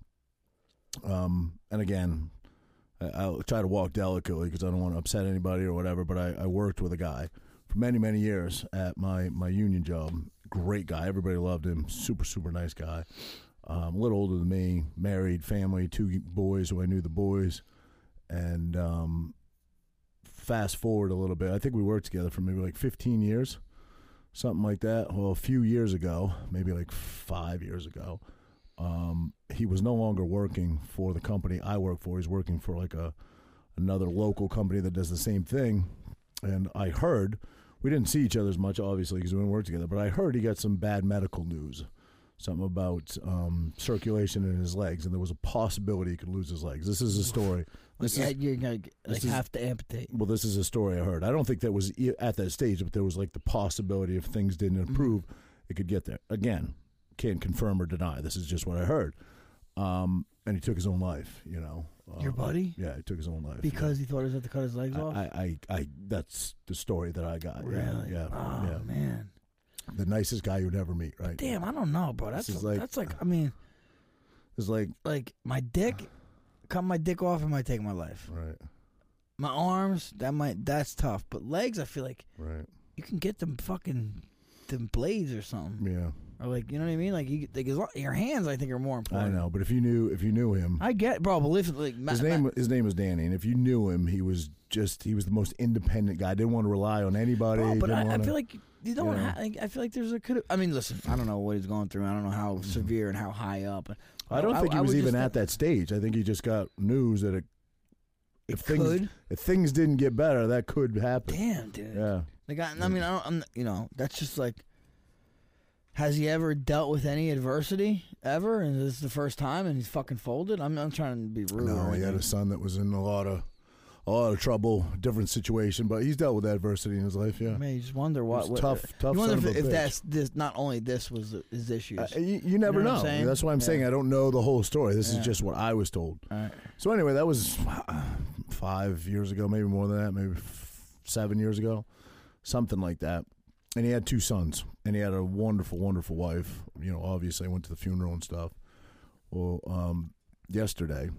A: Um, and again, I, I'll try to walk delicately because I don't want to upset anybody or whatever. But I, I worked with a guy for many many years at my my union job. Great guy, everybody loved him. Super super nice guy. Um, a little older than me, married, family, two boys who I knew the boys, and um, fast forward a little bit. I think we worked together for maybe like 15 years, something like that. Well, a few years ago, maybe like five years ago, um, he was no longer working for the company I work for. He's working for like a another local company that does the same thing. And I heard we didn't see each other as much, obviously, because we didn't work together. But I heard he got some bad medical news, something about um, circulation in his legs, and there was a possibility he could lose his legs. This is a story.
B: Like,
A: This
B: yeah,
A: is
B: you're gonna get- like
A: this is-
B: have to amputate.
A: well, this is a story I heard. I don't think that was e- at that stage, but there was like the possibility if things didn't
B: Mm-hmm.
A: improve, it could get there. Again, can't confirm or deny. This is just what I heard. Um, and he took his own life. You know,
B: Your
A: Um,
B: buddy?
A: Yeah, he took his own life
B: Because he thought he was going to cut his legs
A: I,
B: off.
A: I, I, I, that's the story that I got. Yeah,
B: really?
A: Yeah,
B: Oh
A: yeah.
B: man.
A: The nicest guy you'd ever meet. Right.
B: Damn, I don't know, bro. That's
A: is like-
B: that's like I mean,
A: It's like
B: like my dick, cut my dick off, it might take my life.
A: right,
B: My arms, that might that's tough, but legs, I feel like
A: right.
B: you can get them fucking them blades or something,
A: Yeah,
B: or like you know what I mean. Like you, like as long, your hands, I think are more
A: I
B: important.
A: know. But if you knew, if you knew him,
B: I get, bro. But listen, like ma-
A: his
B: ma-
A: name, his name was Danny, and if you knew him, he was just he was the most independent guy. Didn't want to rely on anybody.
B: Bro, but
A: didn't
B: I, I
A: wanna-
B: feel like you don't.
A: know.
B: ha- like, I feel like there's a could. I mean, listen. I don't know what he's going through. I don't know how
A: Mm-hmm.
B: severe and how high up.
A: I don't think he
B: I
A: was
B: would
A: even
B: just
A: at that stage. I think he just got news that it, if things
B: could.
A: if things didn't get better, that could happen.
B: Damn, dude.
A: Yeah,
B: Like I, I mean, I don't. I'm, you know, that's just like. Has he ever dealt with any adversity ever? And this is the first time, and he's fucking folded. I'm, I'm trying to be rude.
A: no,
B: or
A: he had a
B: anything.
A: son that was in a lot of a lot of trouble, different situation, but he's dealt with adversity in his life. Yeah,
B: I mean, you just wonder
A: was
B: what, what
A: tough- tough
B: You wonder
A: son of
B: if,
A: a
B: if
A: bitch.
B: that's this. Not only this was his issues.
A: Uh, you, you never
B: what I'm
A: know.
B: saying?
A: That's why I'm
B: Yeah.
A: saying I don't know the whole story. This
B: Yeah.
A: is just what I was told.
B: All right.
A: So anyway, that was uh, five years ago, maybe more than that, maybe f- seven years ago, something like that. And he had two sons, and he had a wonderful, wonderful wife. You know, obviously, I went to the funeral and stuff. Well, um, yesterday,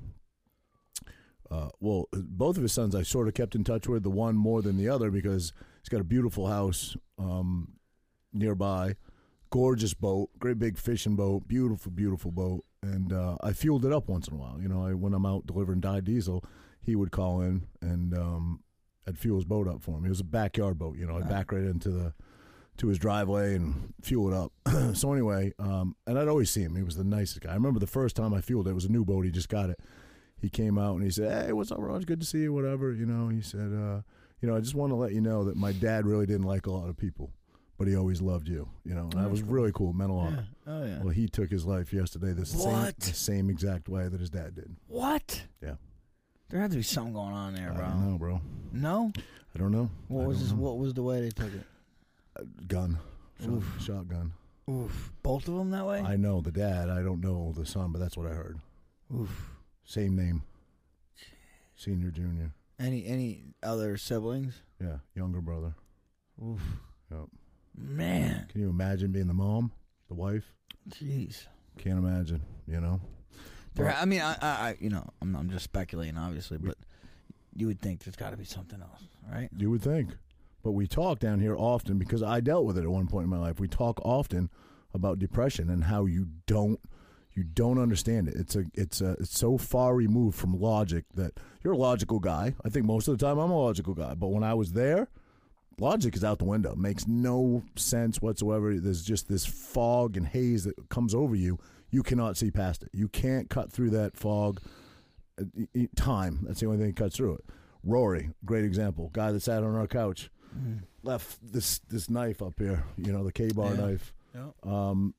A: uh, well, both of his sons I sort of kept in touch with. The one more than the other because he's got a beautiful house um, nearby, gorgeous boat, great big fishing boat, beautiful, beautiful boat. And uh, I fueled it up once in a while. You know, I, when I'm out delivering dye diesel, he would call in and um, I'd fuel his boat up for him. It was a backyard boat. You know, I'd back right into the to his driveway and fuel it up. so anyway, um, and I'd always see him. He was the nicest guy. I remember the first time I fueled it, it was a new boat. He just got it. He came out and he said, "Hey, what's up, Raj? Good to see you. Whatever." You know, he said, uh, "You know, I just want to let you know that my dad really didn't like a lot of people, but he always loved you. You know, and that was really cool. It meant a lot."
B: Oh yeah.
A: Well, he took his life yesterday the same,
B: What?
A: the same exact way that his dad did.
B: What?
A: Yeah.
B: There had to be something going on there,
A: I
B: bro.
A: don't know, bro.
B: No.
A: I don't know. I
B: What was
A: don't
B: his,
A: know.
B: what was the way they took it?
A: gun? Shot, shotgun.
B: Oof. Both of them that way.
A: I know the dad. I don't know the son, but that's what I heard.
B: Oof.
A: Same name. Senior, junior.
B: Any any other siblings?
A: Yeah, younger brother.
B: Oof.
A: Yep.
B: Man.
A: Can you imagine being the mom, the wife?
B: Jeez.
A: Can't imagine. You know.
B: There,
A: Well-
B: I mean, I, I, I you know, I'm, I'm just speculating, obviously, but you would think there's got to be something else, right?
A: You would think. But we talk down here often because I dealt with it at one point in my life. We talk often about depression and how you don't You don't understand it. It's a it's a it's so far removed from logic that you're a logical guy. I think most of the time I'm a logical guy, but when I was there, logic is out the window. It makes no sense whatsoever. There's just this fog and haze that comes over you. You cannot see past it. You can't cut through that fog. Uh, y- y- Time. That's the only thing that cuts through it. Rory, great example. Guy that sat on our couch,
B: Mm.
A: left this this knife up here. You know, the K bar
B: Yeah.
A: knife.
B: Yeah.
A: Um,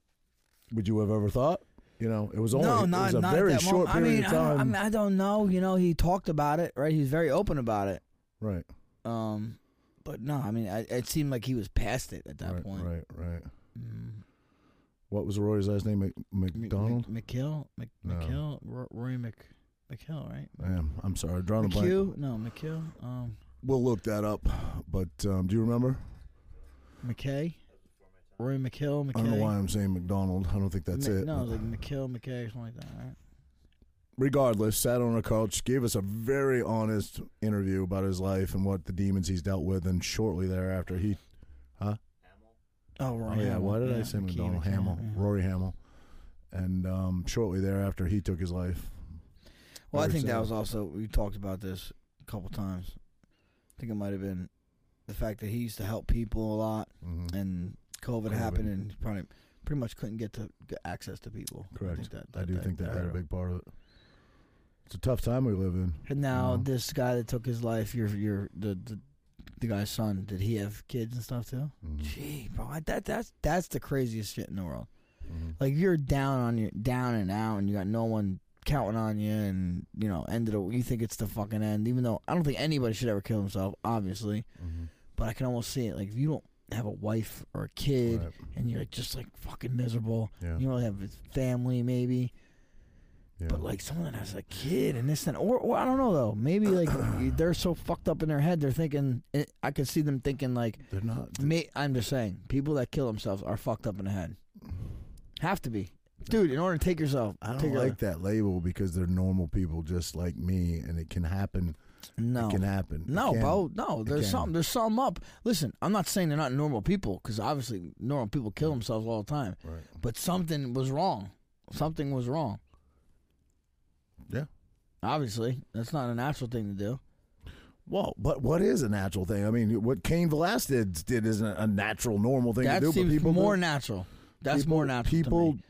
A: would you have ever thought? You know, it was only
B: no,
A: it
B: not
A: was a
B: not at
A: very
B: that
A: short
B: moment. I
A: period
B: mean,
A: of
B: I,
A: time.
B: I mean, I don't know. You know, he talked about it, right? He was very open about it.
A: right,
B: Um, but no, I mean, I, it seemed like he was past it at that
A: right,
B: point.
A: right, right.
B: Mm.
A: What was Rory's last name? Mc-
B: Mc-
A: McDonald.
B: Mc- McKill, Mc,
A: No.
B: McKill, Ro- Rory Mc, McKill, right?
A: Man, I'm sorry, I drawn a blank.
B: McHugh? No, McKill. Um,
A: We'll look that up. But um, do you remember?
B: McKay. Rory McKill, McKay.
A: I don't know why I'm saying McDonald. I don't think that's
B: Ma-
A: it.
B: No, like McKill, McKay, or something like that. Right?
A: Regardless, sat on a couch, gave us a very honest interview about his life and what the demons he's dealt with. And shortly thereafter, he.
B: Oh,
A: Oh,
B: Rory.
A: yeah,
B: Hamill.
A: why did I
B: Yeah,
A: say
B: McKee,
A: McDonald?
B: McKill,
A: Hamill.
B: yeah.
A: Rory Hamill. And um, shortly thereafter, he took his life.
B: Well, I
A: Rory
B: think that
A: Sanders.
B: was also we talked about this a couple times. I think it might have been the fact that he used to help people a lot,
A: Mhm.
B: and COVID,
A: Could've
B: happened,
A: been.
B: and he probably pretty much couldn't get to get access to people.
A: Correct.
B: I, think that,
A: I do think that had a
B: hurt him.
A: big part of it. It's a tough time we live in.
B: And now
A: No.
B: this guy that took his life, your your the, the the guy's son, did he have kids and stuff too?
A: Mhm.
B: Gee, bro, I, that that's that's the craziest shit in the world.
A: Mhm.
B: Like you're down on your down and out, and you got no one counting on you, and you know, end of the you think it's the fucking end. Even though I don't think anybody should ever kill himself, obviously,
A: Mhm.
B: but I can almost see it. Like if you don't have a wife or a kid,
A: Mm-hmm. Right.
B: and you're just like fucking miserable.
A: Yeah.
B: You don't have a family, maybe,
A: yeah.
B: but like someone that has a kid and this and or, or I don't know though. Maybe like you- they're so fucked up in their head, they're thinking. It, I could see them thinking like,
A: They're not.
B: me, I'm just saying, people that kill themselves are fucked up in the head. Have to be. Dude, in order to take yourself,
A: I
B: take
A: don't
B: your-
A: like that label because they're normal people just like me, and it can happen.
B: No.
A: It can happen. It
B: No,
A: can.
B: bro. No, there's
A: can.
B: some. There's some up. Listen, I'm not saying they're not normal people because obviously normal people kill themselves all the time.
A: Right.
B: But something was wrong. Something was wrong.
A: Yeah.
B: Obviously, that's not a natural thing to do.
A: Well, but what is a natural thing? I mean, what Cain Velas did, did isn't a natural, normal thing
B: That
A: to do.
B: seems
A: but people
B: more
A: do-
B: natural. That's
A: people-
B: more natural.
A: People,
B: to me.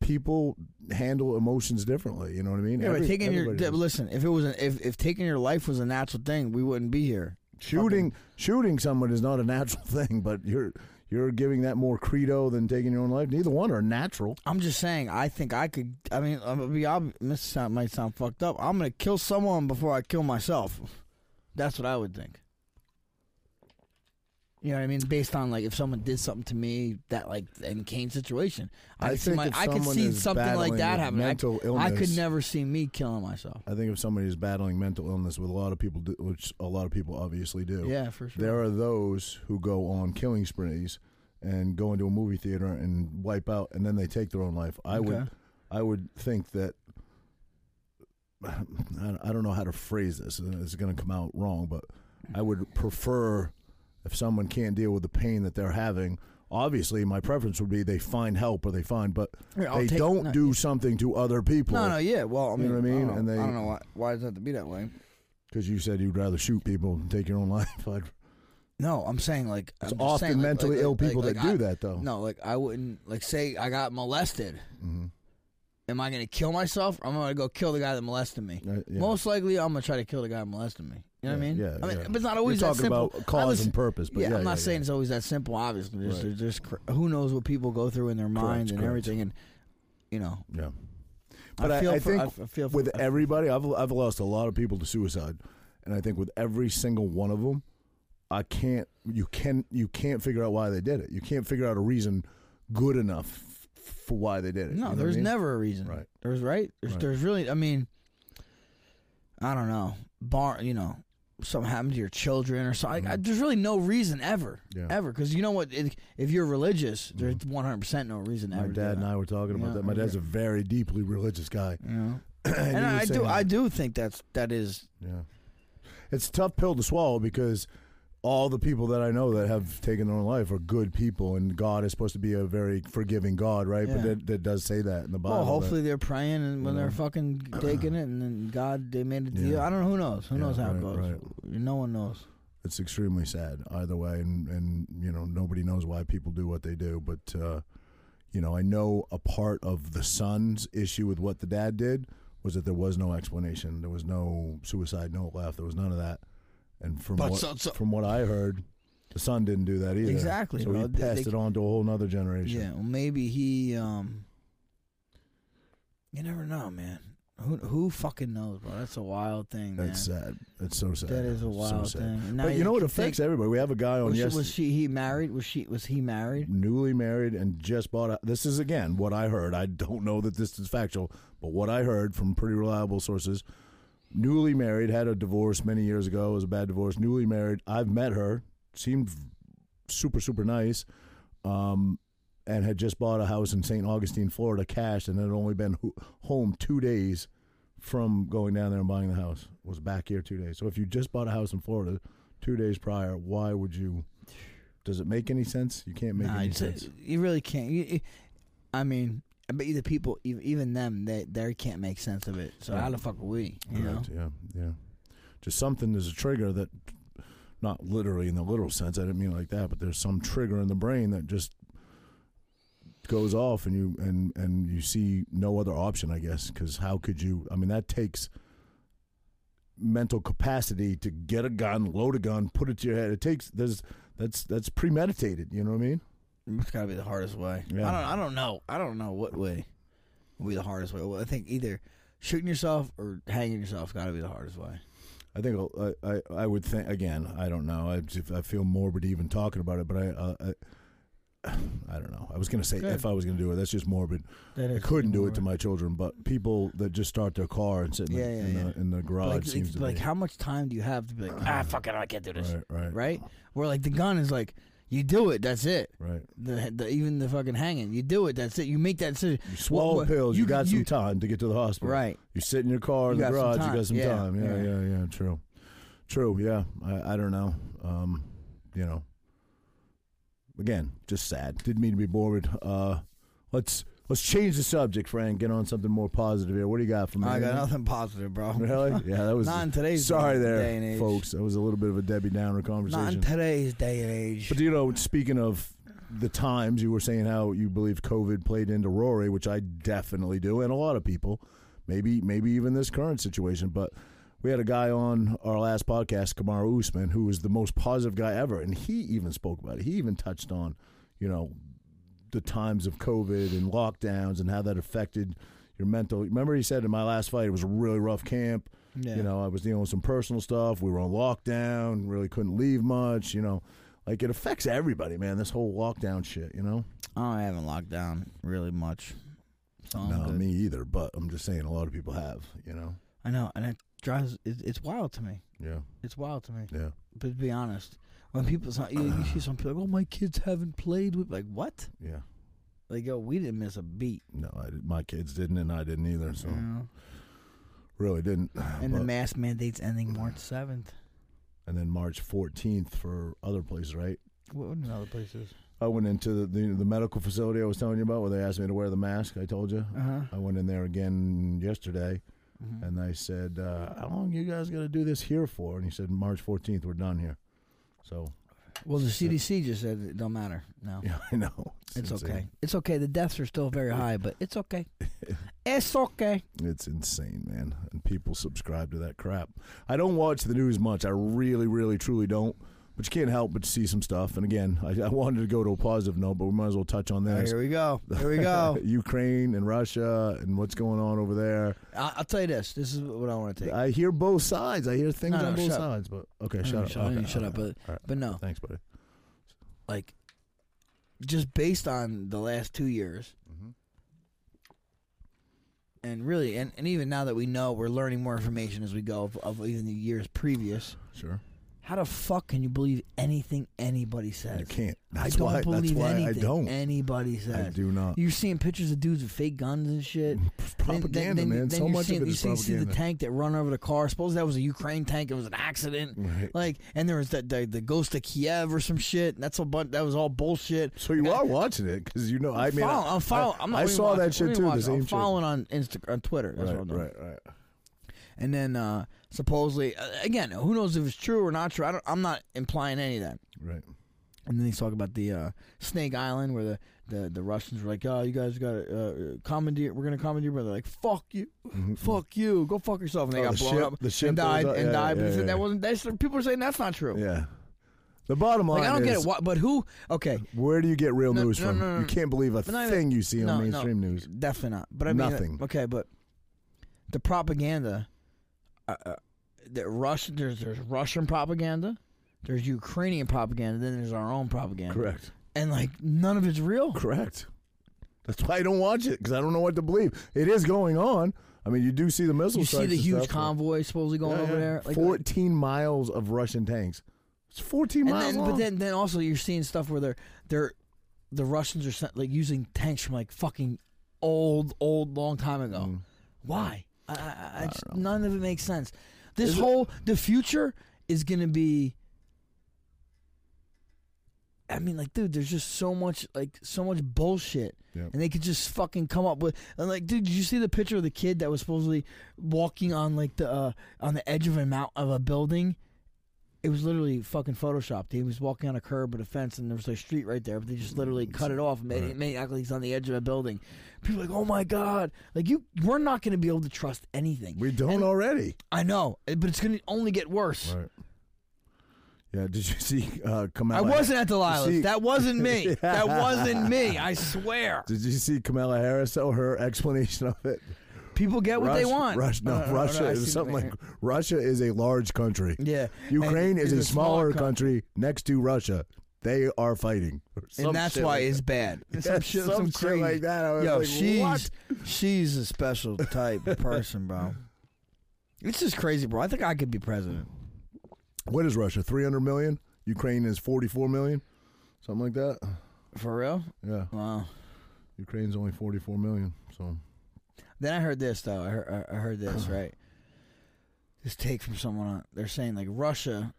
A: people handle emotions differently. You know what I mean?
B: Yeah,
A: Every-
B: but taking your
A: everybody does.
B: listen. If it was an, if if taking your life was a natural thing, we wouldn't be here.
A: shooting shooting someone is not a natural thing, but you're you're giving that more credo than taking your own life. Neither one are natural.
B: I'm just saying. I think I could. I mean, I'm gonna be. I'm, this sound, might sound fucked up. I'm gonna kill someone before I kill myself. That's what I would think. You know what I mean? Based on like if someone did something to me that like in Kane's situation, I,
A: I
B: could see,
A: think
B: my,
A: if
B: I could
A: someone
B: see
A: is
B: something like
A: battling
B: that
A: with
B: happening. I-
A: mental
B: I could
A: illness-
B: never see me killing myself.
A: I think if somebody is battling mental illness, with a lot of people, do, which a lot of people obviously do,
B: Yeah, for sure.
A: there are those who go on killing sprees and go into a movie theater and wipe out, and then they take their own life. I would,
B: Okay.
A: I would think that. I I don't know how to phrase this. and It's going to come out wrong, but I would prefer if someone can't deal with the pain that they're having. Obviously, my preference would be they find help or they find, but
B: Here, I'll
A: they
B: take-
A: don't
B: no,
A: do something to other people.
B: No, no, yeah. Well, I mean,
A: You know what I mean?
B: don't
A: And
B: know.
A: they-
B: I don't know why. Why does it have to be that way?
A: Because you said you'd rather shoot people than take your own life. I'd,
B: No, I'm saying like
A: it's
B: I'm just
A: often
B: saying, like-
A: mentally
B: like-
A: ill
B: like-
A: people
B: like,
A: that
B: I-
A: do that, though.
B: No, like I wouldn't like say I got molested.
A: Mhm.
B: Am I gonna kill myself? Or am I gonna go kill the guy that molested me?
A: Uh, yeah.
B: Most likely, I'm gonna try to kill the guy that molested me. You know what I
A: Yeah,
B: mean?
A: yeah,
B: I mean,
A: yeah.
B: but it's not always
A: You're
B: that
A: talking
B: simple.
A: about cause
B: I was-
A: and purpose, but
B: yeah,
A: yeah,
B: I'm not
A: yeah,
B: saying
A: yeah.
B: it's always that simple. Obviously, there's,
A: Right.
B: there's just cr- who knows what people go through in their minds and
A: correct.
B: everything, and you know.
A: Yeah. But I,
B: feel
A: I
B: for-
A: think
B: I f- feel for-
A: with
B: I-
A: everybody, I've, I've lost a lot of people to suicide. And I think with every single one of them, I can't, you, can, you can't figure out why they did it. You can't figure out a reason good enough f- for why they did it.
B: No,
A: You know what I
B: there's
A: mean?
B: never a reason.
A: Right.
B: There's right. There's,
A: Right.
B: there's really. I mean, I don't know. Bar, you know, something happened to your children or something. I, there's really no reason ever,
A: Mm-hmm. Yeah. Mm-hmm.
B: ever. Because you know what? It, if you're religious, there's 100 percent no reason
A: My
B: ever. to do
A: dad and
B: that.
A: I were talking about
B: Yeah,
A: that. My dad's a
B: yeah.
A: very deeply religious guy.
B: You know?
A: And
B: And
A: he
B: I,
A: was
B: do.
A: saying-
B: I do think that's that is.
A: Yeah. It's a tough pill to swallow because all the people that I know that have taken their own life are good people, and God is supposed to be a very forgiving God, right? But
B: Yeah.
A: that, that does say that in the Bible.
B: Well,
A: that-
B: hopefully they're praying and when they're fucking taking it, and then God, they made a deal.
A: Yeah.
B: I don't know who knows. Who
A: Yeah,
B: knows how
A: right,
B: it goes?
A: right.
B: No one knows.
A: it's extremely sad either way and and you know nobody knows why people do what they do but uh you know i know a part of the son's issue with what the dad did was that there was no explanation there was no suicide note left there was none of that and from
B: But
A: what
B: so- so-
A: from what i heard the son didn't do that either
B: Exactly,
A: so
B: bro.
A: he
B: They-
A: passed
B: they-
A: it on to a whole nother generation
B: Yeah, well, maybe he. um You never know, man. Who who fucking knows, bro? That's a wild thing, man.
A: that's sad that's so sad
B: That is
A: So
B: a wild
A: sad.
B: thing. And now
A: but you know what affects
B: think-
A: everybody we have a guy on
B: Was, she-
A: yesterday
B: was she he married? Was she was he married?
A: newly married and just bought a this is again what i heard i don't know that this is factual but what i heard from pretty reliable sources newly married had a divorce many years ago it was a bad divorce newly married i've met her seemed super super nice um and had just bought a house in st augustine florida cash and had only been ho- home two days from going down there and buying the house was back here two days so if you just bought a house in florida two days prior why would you does it make any sense? You can't make
B: Nah,
A: any
B: it's-
A: sense.
B: You really can't. You, you- I mean, I bet you the people, ev- even them, they they can't make sense of it. So
A: Yeah.
B: how the fuck are we? You know?
A: Correct, Yeah, yeah. Just something there's a trigger that, not literally in the literal sense. I didn't mean it like that, but there's some trigger in the brain that just goes off, and you and and you see no other option, I guess. Because how could you? I mean, that takes mental capacity to get a gun, load a gun, put it to your head. It takes there's that's that's premeditated. You know what I mean?
B: It's gotta be the hardest way.
A: Yeah.
B: I don't. I don't know. I don't know what way would be the hardest way. Well, I think either shooting yourself or hanging yourself gotta be the hardest way.
A: I think I'll- I, I, I would think again. I don't know. I, just- I feel morbid even talking about it, but I uh, I, I don't know. I was gonna say
B: Good.
A: if I was gonna do it, that's just morbid.
B: That
A: I couldn't do it to my children, but people that just start their car and sit in,
B: Yeah,
A: the,
B: yeah,
A: in,
B: yeah.
A: The, in the garage
B: Like,
A: seems
B: it's
A: to
B: like
A: be
B: how much time do you have to be like, ah, fuck it, I can't do this,
A: right, right, right,
B: right? Where like the gun is like, you do it, that's it.
A: right.
B: The, the even the fucking hanging, you do it, that's it. You make that decision.
A: You swallow
B: what-
A: pills. You,
B: you-
A: got some
B: you-
A: time to get to the hospital.
B: Right.
A: You sit in your car in
B: You
A: the garage.
B: got some
A: You
B: time.
A: got some
B: Yeah,
A: time. Yeah, yeah,
B: yeah.
A: yeah, True, true. Yeah. I, I don't know. Um, you know. Again, just sad. Didn't mean to be morbid. Uh, let's let's change the subject, Frank. Get on something more positive here. What do you got for me?
B: I got nothing positive, bro.
A: Really? Yeah, that was
B: Not in today's
A: Sorry, there,
B: day and age.
A: folks. That was a little bit of a Debbie Downer
B: Not in
A: conversation.
B: today's day and age.
A: But you know, speaking of the times, you were saying how you believe COVID played into Rory, which I definitely do, and a lot of people, maybe maybe even this current situation. But we had a guy on our last podcast, Kamar Usman, who was the most positive guy ever, and he even spoke about it. He even touched on, you know, the times of COVID and lockdowns and how that affected your mental. Remember, he said in my last fight, it was a really rough camp.
B: Yeah.
A: You know, I was dealing with some personal stuff. We were on lockdown, really couldn't leave much. You know, like it affects everybody, man. This whole lockdown shit. You know,
B: I haven't locked down really much. So Oh, I'm
A: not
B: good.
A: me either, but I'm just saying a lot of people have. You know,
B: I know, and it drives. It, it's wild to me.
A: yeah,
B: It's wild to me.
A: yeah,
B: But to be honest, when people so- you, you see some people like, "Oh, my kids haven't played with," like what?
A: yeah.
B: Like, yo, we didn't miss a beat.
A: No, I did, my kids didn't, and I didn't either. So
B: you know?
A: really didn't.
B: And the
A: But-
B: mask mandates ending March seventh.
A: and then March 14th for other places, right?
B: What in other places?
A: I went into the, the the medical facility I was telling you about where they asked me to wear the mask. I told you.
B: Uh huh.
A: I went in there again yesterday,
B: Mm-hmm.
A: and I said, uh, "How long you guys got to do this here for?" And he said, "March 14th, we're done here." So
B: Well, the CDC just said it don't matter. No,
A: yeah, I know it's,
B: Oh. it's
A: insane.
B: okay. It's okay. The deaths are still very high, but it's okay. it's okay.
A: It's insane, man. And people subscribe to that crap. I don't watch the news much. I really, really, truly don't. But you can't help but see some stuff. And again, I, I wanted to go to a positive note, but we might as well touch on
B: All right,
A: this.
B: here we go. Here we go.
A: Ukraine and Russia and what's going on over there.
B: I, I'll tell you this. This is what I want to take.
A: I hear both sides. I hear things
B: No, no,
A: on both
B: shut up.
A: sides. But okay,
B: I
A: shut
B: mean,
A: up.
B: shut- I mean,
A: Okay,
B: shut up,
A: okay.
B: but-
A: All right.
B: but no.
A: thanks, buddy.
B: like just based on the last two years
A: Mm-hmm.
B: and really and, and even now that we know we're learning more information as we go of, of even the years previous
A: Sure.
B: How the fuck can you believe anything anybody says?
A: You can't.
B: I
A: That's
B: don't
A: why. that's
B: believe
A: why
B: anything uh,
A: I don't.
B: anybody says.
A: do not.
B: You're seeing pictures of dudes with fake guns and shit.
A: propaganda, man. So
B: you're
A: much of
B: seeing-
A: it
B: you
A: is
B: see, see the
A: propaganda.
B: tank that run over the car. Suppose that was a Ukraine tank. It was an accident.
A: Right.
B: Like, and there was the, the the ghost of Kiev or some shit. That's a but that was all bullshit.
A: So you
B: Like, I-
A: are watching it because you know. I mean,
B: follow,
A: I,
B: I'm following. I'm not
A: I
B: even
A: saw
B: watching.
A: that shit
B: I'm
A: too.
B: not
A: The
B: watching.
A: same
B: I'm
A: chick.
B: following on Insta on Twitter. That's what
A: Right,
B: I'm doing.
A: right, right.
B: And then uh, supposedly, uh, again, who knows if it's true or not true? I don't, I'm not implying any of that.
A: Right.
B: And then he's talking about the uh, Snake Island where the, the, the Russians were like, "Oh, you guys got to uh, commandeer. We're gonna commandeer." But they're like, "Fuck you, fuck you, go fuck yourself." And they
A: Oh,
B: got
A: Mm-hmm. the
B: blown
A: ship-
B: up
A: the ship
B: and
A: that
B: died
A: was up-
B: and
A: yeah,
B: died. but
A: yeah,
B: they said
A: yeah.
B: that wasn't. That's, people are saying that's not true.
A: Yeah. The bottom line
B: Like I don't
A: is,
B: get it. Why, but who? Okay,
A: where do you get real
B: No,
A: news
B: no,
A: from?
B: no, no,
A: You
B: no.
A: can't believe a
B: But not
A: thing you see
B: no,
A: on
B: no.
A: mainstream news.
B: definitely not. But I mean,
A: Nothing.
B: Okay, but the propaganda, uh, uh, the Russian there's there's Russian propaganda, there's Ukrainian propaganda, then there's our own propaganda.
A: Correct.
B: And like none of it's real.
A: Correct. That's why I don't watch it because I don't know what to believe. It is going on. I mean, you do see the missile.
B: You see
A: strikes
B: the
A: and
B: huge
A: stuff.
B: convoy supposedly going
A: Yeah,
B: over
A: yeah.
B: there. Like,
A: fourteen miles of Russian tanks. It's fourteen
B: and
A: miles
B: then,
A: long.
B: but then then also you're seeing stuff where they're they're the Russians are sent, like using tanks from like fucking old old long time ago.
A: Mm.
B: Why? I, I, I, just, none of it makes sense. This
A: Is it-
B: whole the future is gonna be. I mean, like, dude, there's just so much, like, so much bullshit,
A: Yep.
B: and they could just fucking come up with, and like, dude, did you see the picture of the kid that was supposedly walking on like the uh, on the edge of a mount of a building? It was literally fucking photoshopped. He was walking on a curb with a fence, and there was a street right there, but they just
A: Mm.
B: literally cut it off and made it made it act like he's on the edge of a building. People are like, oh my god, like you, we're not going to be able to trust anything.
A: we don't
B: And-
A: already.
B: I know, but it's going to only get worse.
A: Right. Yeah. Did you see? Uh, Kamala
B: I wasn't at Delilah's.
A: see-
B: that wasn't me. That wasn't me. I swear.
A: Did you see Kamala Harris though? Her explanation of it.
B: People get what they want.
A: Russia, no,
B: Uh, uh,
A: Russia
B: I see-
A: is something like Russia is a large country.
B: Yeah.
A: Ukraine
B: And
A: is a smaller country next to Russia. They are fighting,
B: and that's why it's bad.
A: Yeah,
B: some shit,
A: some
B: some
A: shit
B: crazy.
A: like that. I was
B: Yo,
A: like,
B: she's
A: what?
B: she's a special type of person, bro. It's just crazy, bro. I think I could be president.
A: What is Russia? Three hundred million. Ukraine is forty-four million, something like that.
B: For real?
A: Yeah,
B: Wow.
A: Ukraine's only forty-four million. So
B: Then I heard this though. I heard, I heard
A: Uh-huh.
B: this right. This take from someone. On, they're saying like Russia.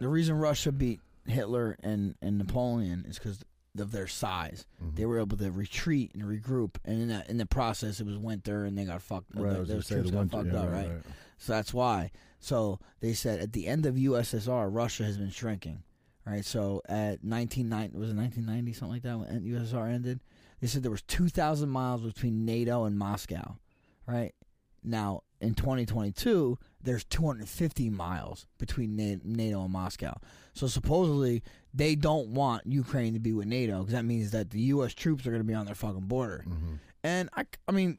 B: The reason Russia beat Hitler and and Napoleon is because of their size.
A: Mm-hmm.
B: They were able to retreat and regroup, and in that in the process, it was winter and they got fucked.
A: Right, I was
B: those
A: gonna say the
B: troops got
A: winter,
B: fucked
A: yeah,
B: up,
A: right,
B: right?
A: right.
B: So that's why. So they said at the end of USSR, Russia has been shrinking. Right, so at 1990 was it 1990 something like that when USSR ended. They said there was 2,000 miles between NATO and Moscow. Right now in 2022, there's 250 miles between Na- NATO and Moscow. So supposedly they don't want Ukraine to be with NATO because that means that the U.S. troops are going to be on their fucking border.
A: Mm-hmm,
B: And I, c- I mean,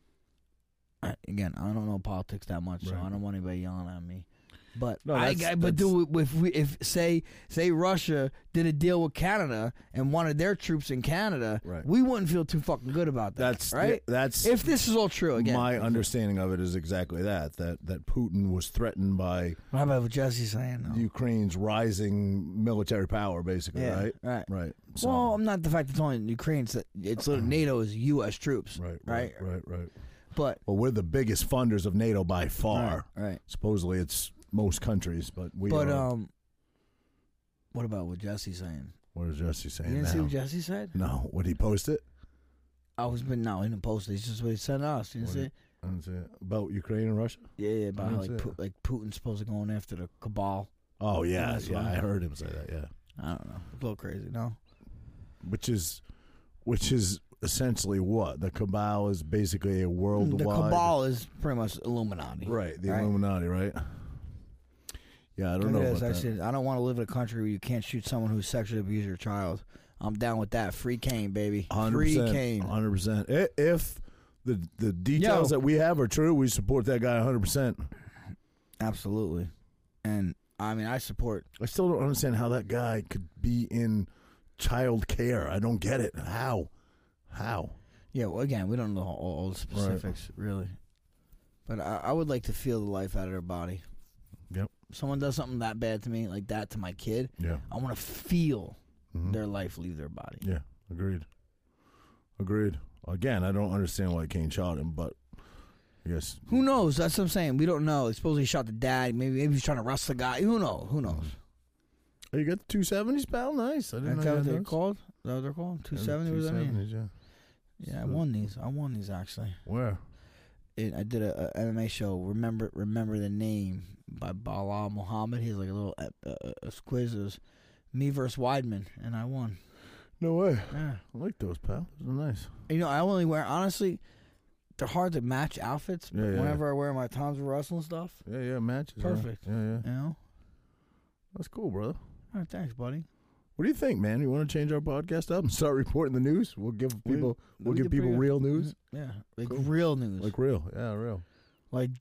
B: I, again, I don't know politics that much, so
A: Right.
B: I don't want anybody yelling at me. But
A: No,
B: I,
A: that's-
B: I but do if we if say say Russia did a deal with Canada and wanted their troops in Canada,
A: Right.
B: we wouldn't feel too fucking good about that.
A: that's
B: right.
A: That's
B: if this is all true again,
A: my understanding of it is exactly that. That that Putin was threatened by
B: what about what Jesse's saying? Though?
A: Ukraine's rising military power, basically.
B: Yeah,
A: right.
B: right.
A: Right. So,
B: Well, I'm not the fact it's only in Ukraine. It's, it's little- NATO is U.S. troops,
A: right.
B: Right,
A: Right. Right. Right.
B: but
A: Well, we're the biggest funders of NATO by far.
B: Right, right.
A: Supposedly, it's most countries, but we.
B: but
A: are,
B: um, what about what Jesse's saying?
A: what is Jesse
B: You
A: saying
B: didn't
A: now?
B: see what Jesse said?
A: no, would he post it?
B: I was been no, he didn't post it. It's just what he sent us. You didn't see it?
A: I don't see it. About Ukraine and Russia?
B: Yeah, yeah, about how,
A: didn't
B: like
A: see
B: Pu-
A: it.
B: like Putin's supposed to going after the cabal.
A: Oh
B: Yeah,
A: yeah,
B: that's
A: yeah.
B: what I
A: I heard him say that. Yeah,
B: I don't know, a little crazy. No,
A: which is, which is essentially what the cabal is basically a worldwide.
B: the cabal is pretty much Illuminati.
A: right? The Illuminati, right? Yeah, I don't
B: Look
A: know
B: at
A: about
B: this. I
A: that.
B: said, I don't want to live in a country where you can't shoot someone who sexually abused your child. I'm down with that. Free cane, baby. Free
A: 100%,
B: cane.
A: 100%. I- If the the details
B: Yo.
A: that we have are true, we support that guy 100%.
B: Absolutely. And I mean, I support.
A: I still don't understand how that guy could be in child care. I don't get it. How? How?
B: Yeah. Well, again, we don't know all, all the specifics really, but I, I would like to feel the life out of their body.
A: Yep.
B: Someone does something that bad to me, like that to my kid.
A: Yeah.
B: I want to feel
A: Mhm.
B: their life leave their body.
A: Yeah, agreed. Agreed. Again, I don't understand why Kane shot him, but I guess
B: Who knows? That's what I'm saying. We don't know. He supposedly shot the dad. Maybe maybe he's trying to rust the guy. Who knows? Who knows?
A: oh, you got the two seventies, pal. Nice. I didn't
B: That's
A: know you
B: what
A: had
B: they're
A: those.
B: called. Is that what they're called? Two
A: Mm-hmm. Yeah,
B: seventy. What does that mean?
A: 270s, Yeah.
B: Yeah, I won these. I won these actually.
A: Where?
B: It, I did a, a MMA show. Remember, remember the name by Bala Muhammad. He's like a little uh, uh, uh, quiz. It was me versus Weidman, and I won.
A: No way.
B: Yeah.
A: I like those, pal. Those are nice.
B: You know, I only wear honestly. They're hard to match outfits. But
A: Yeah, yeah, yeah.
B: whenever I wear my Tom's Russell stuff,
A: Yeah, yeah, matches. yeah.
B: Perfect.
A: Yeah, yeah.
B: you know.
A: That's cool, brother.
B: All right, thanks, buddy.
A: What do you think, man? You want to change our podcast up and start reporting the news? We'll give
B: We-
A: people we'll
B: we
A: give
B: did pretty
A: people
B: good.
A: real news,
B: Yeah, like
A: Cool.
B: real news.
A: like real, yeah, real,
B: like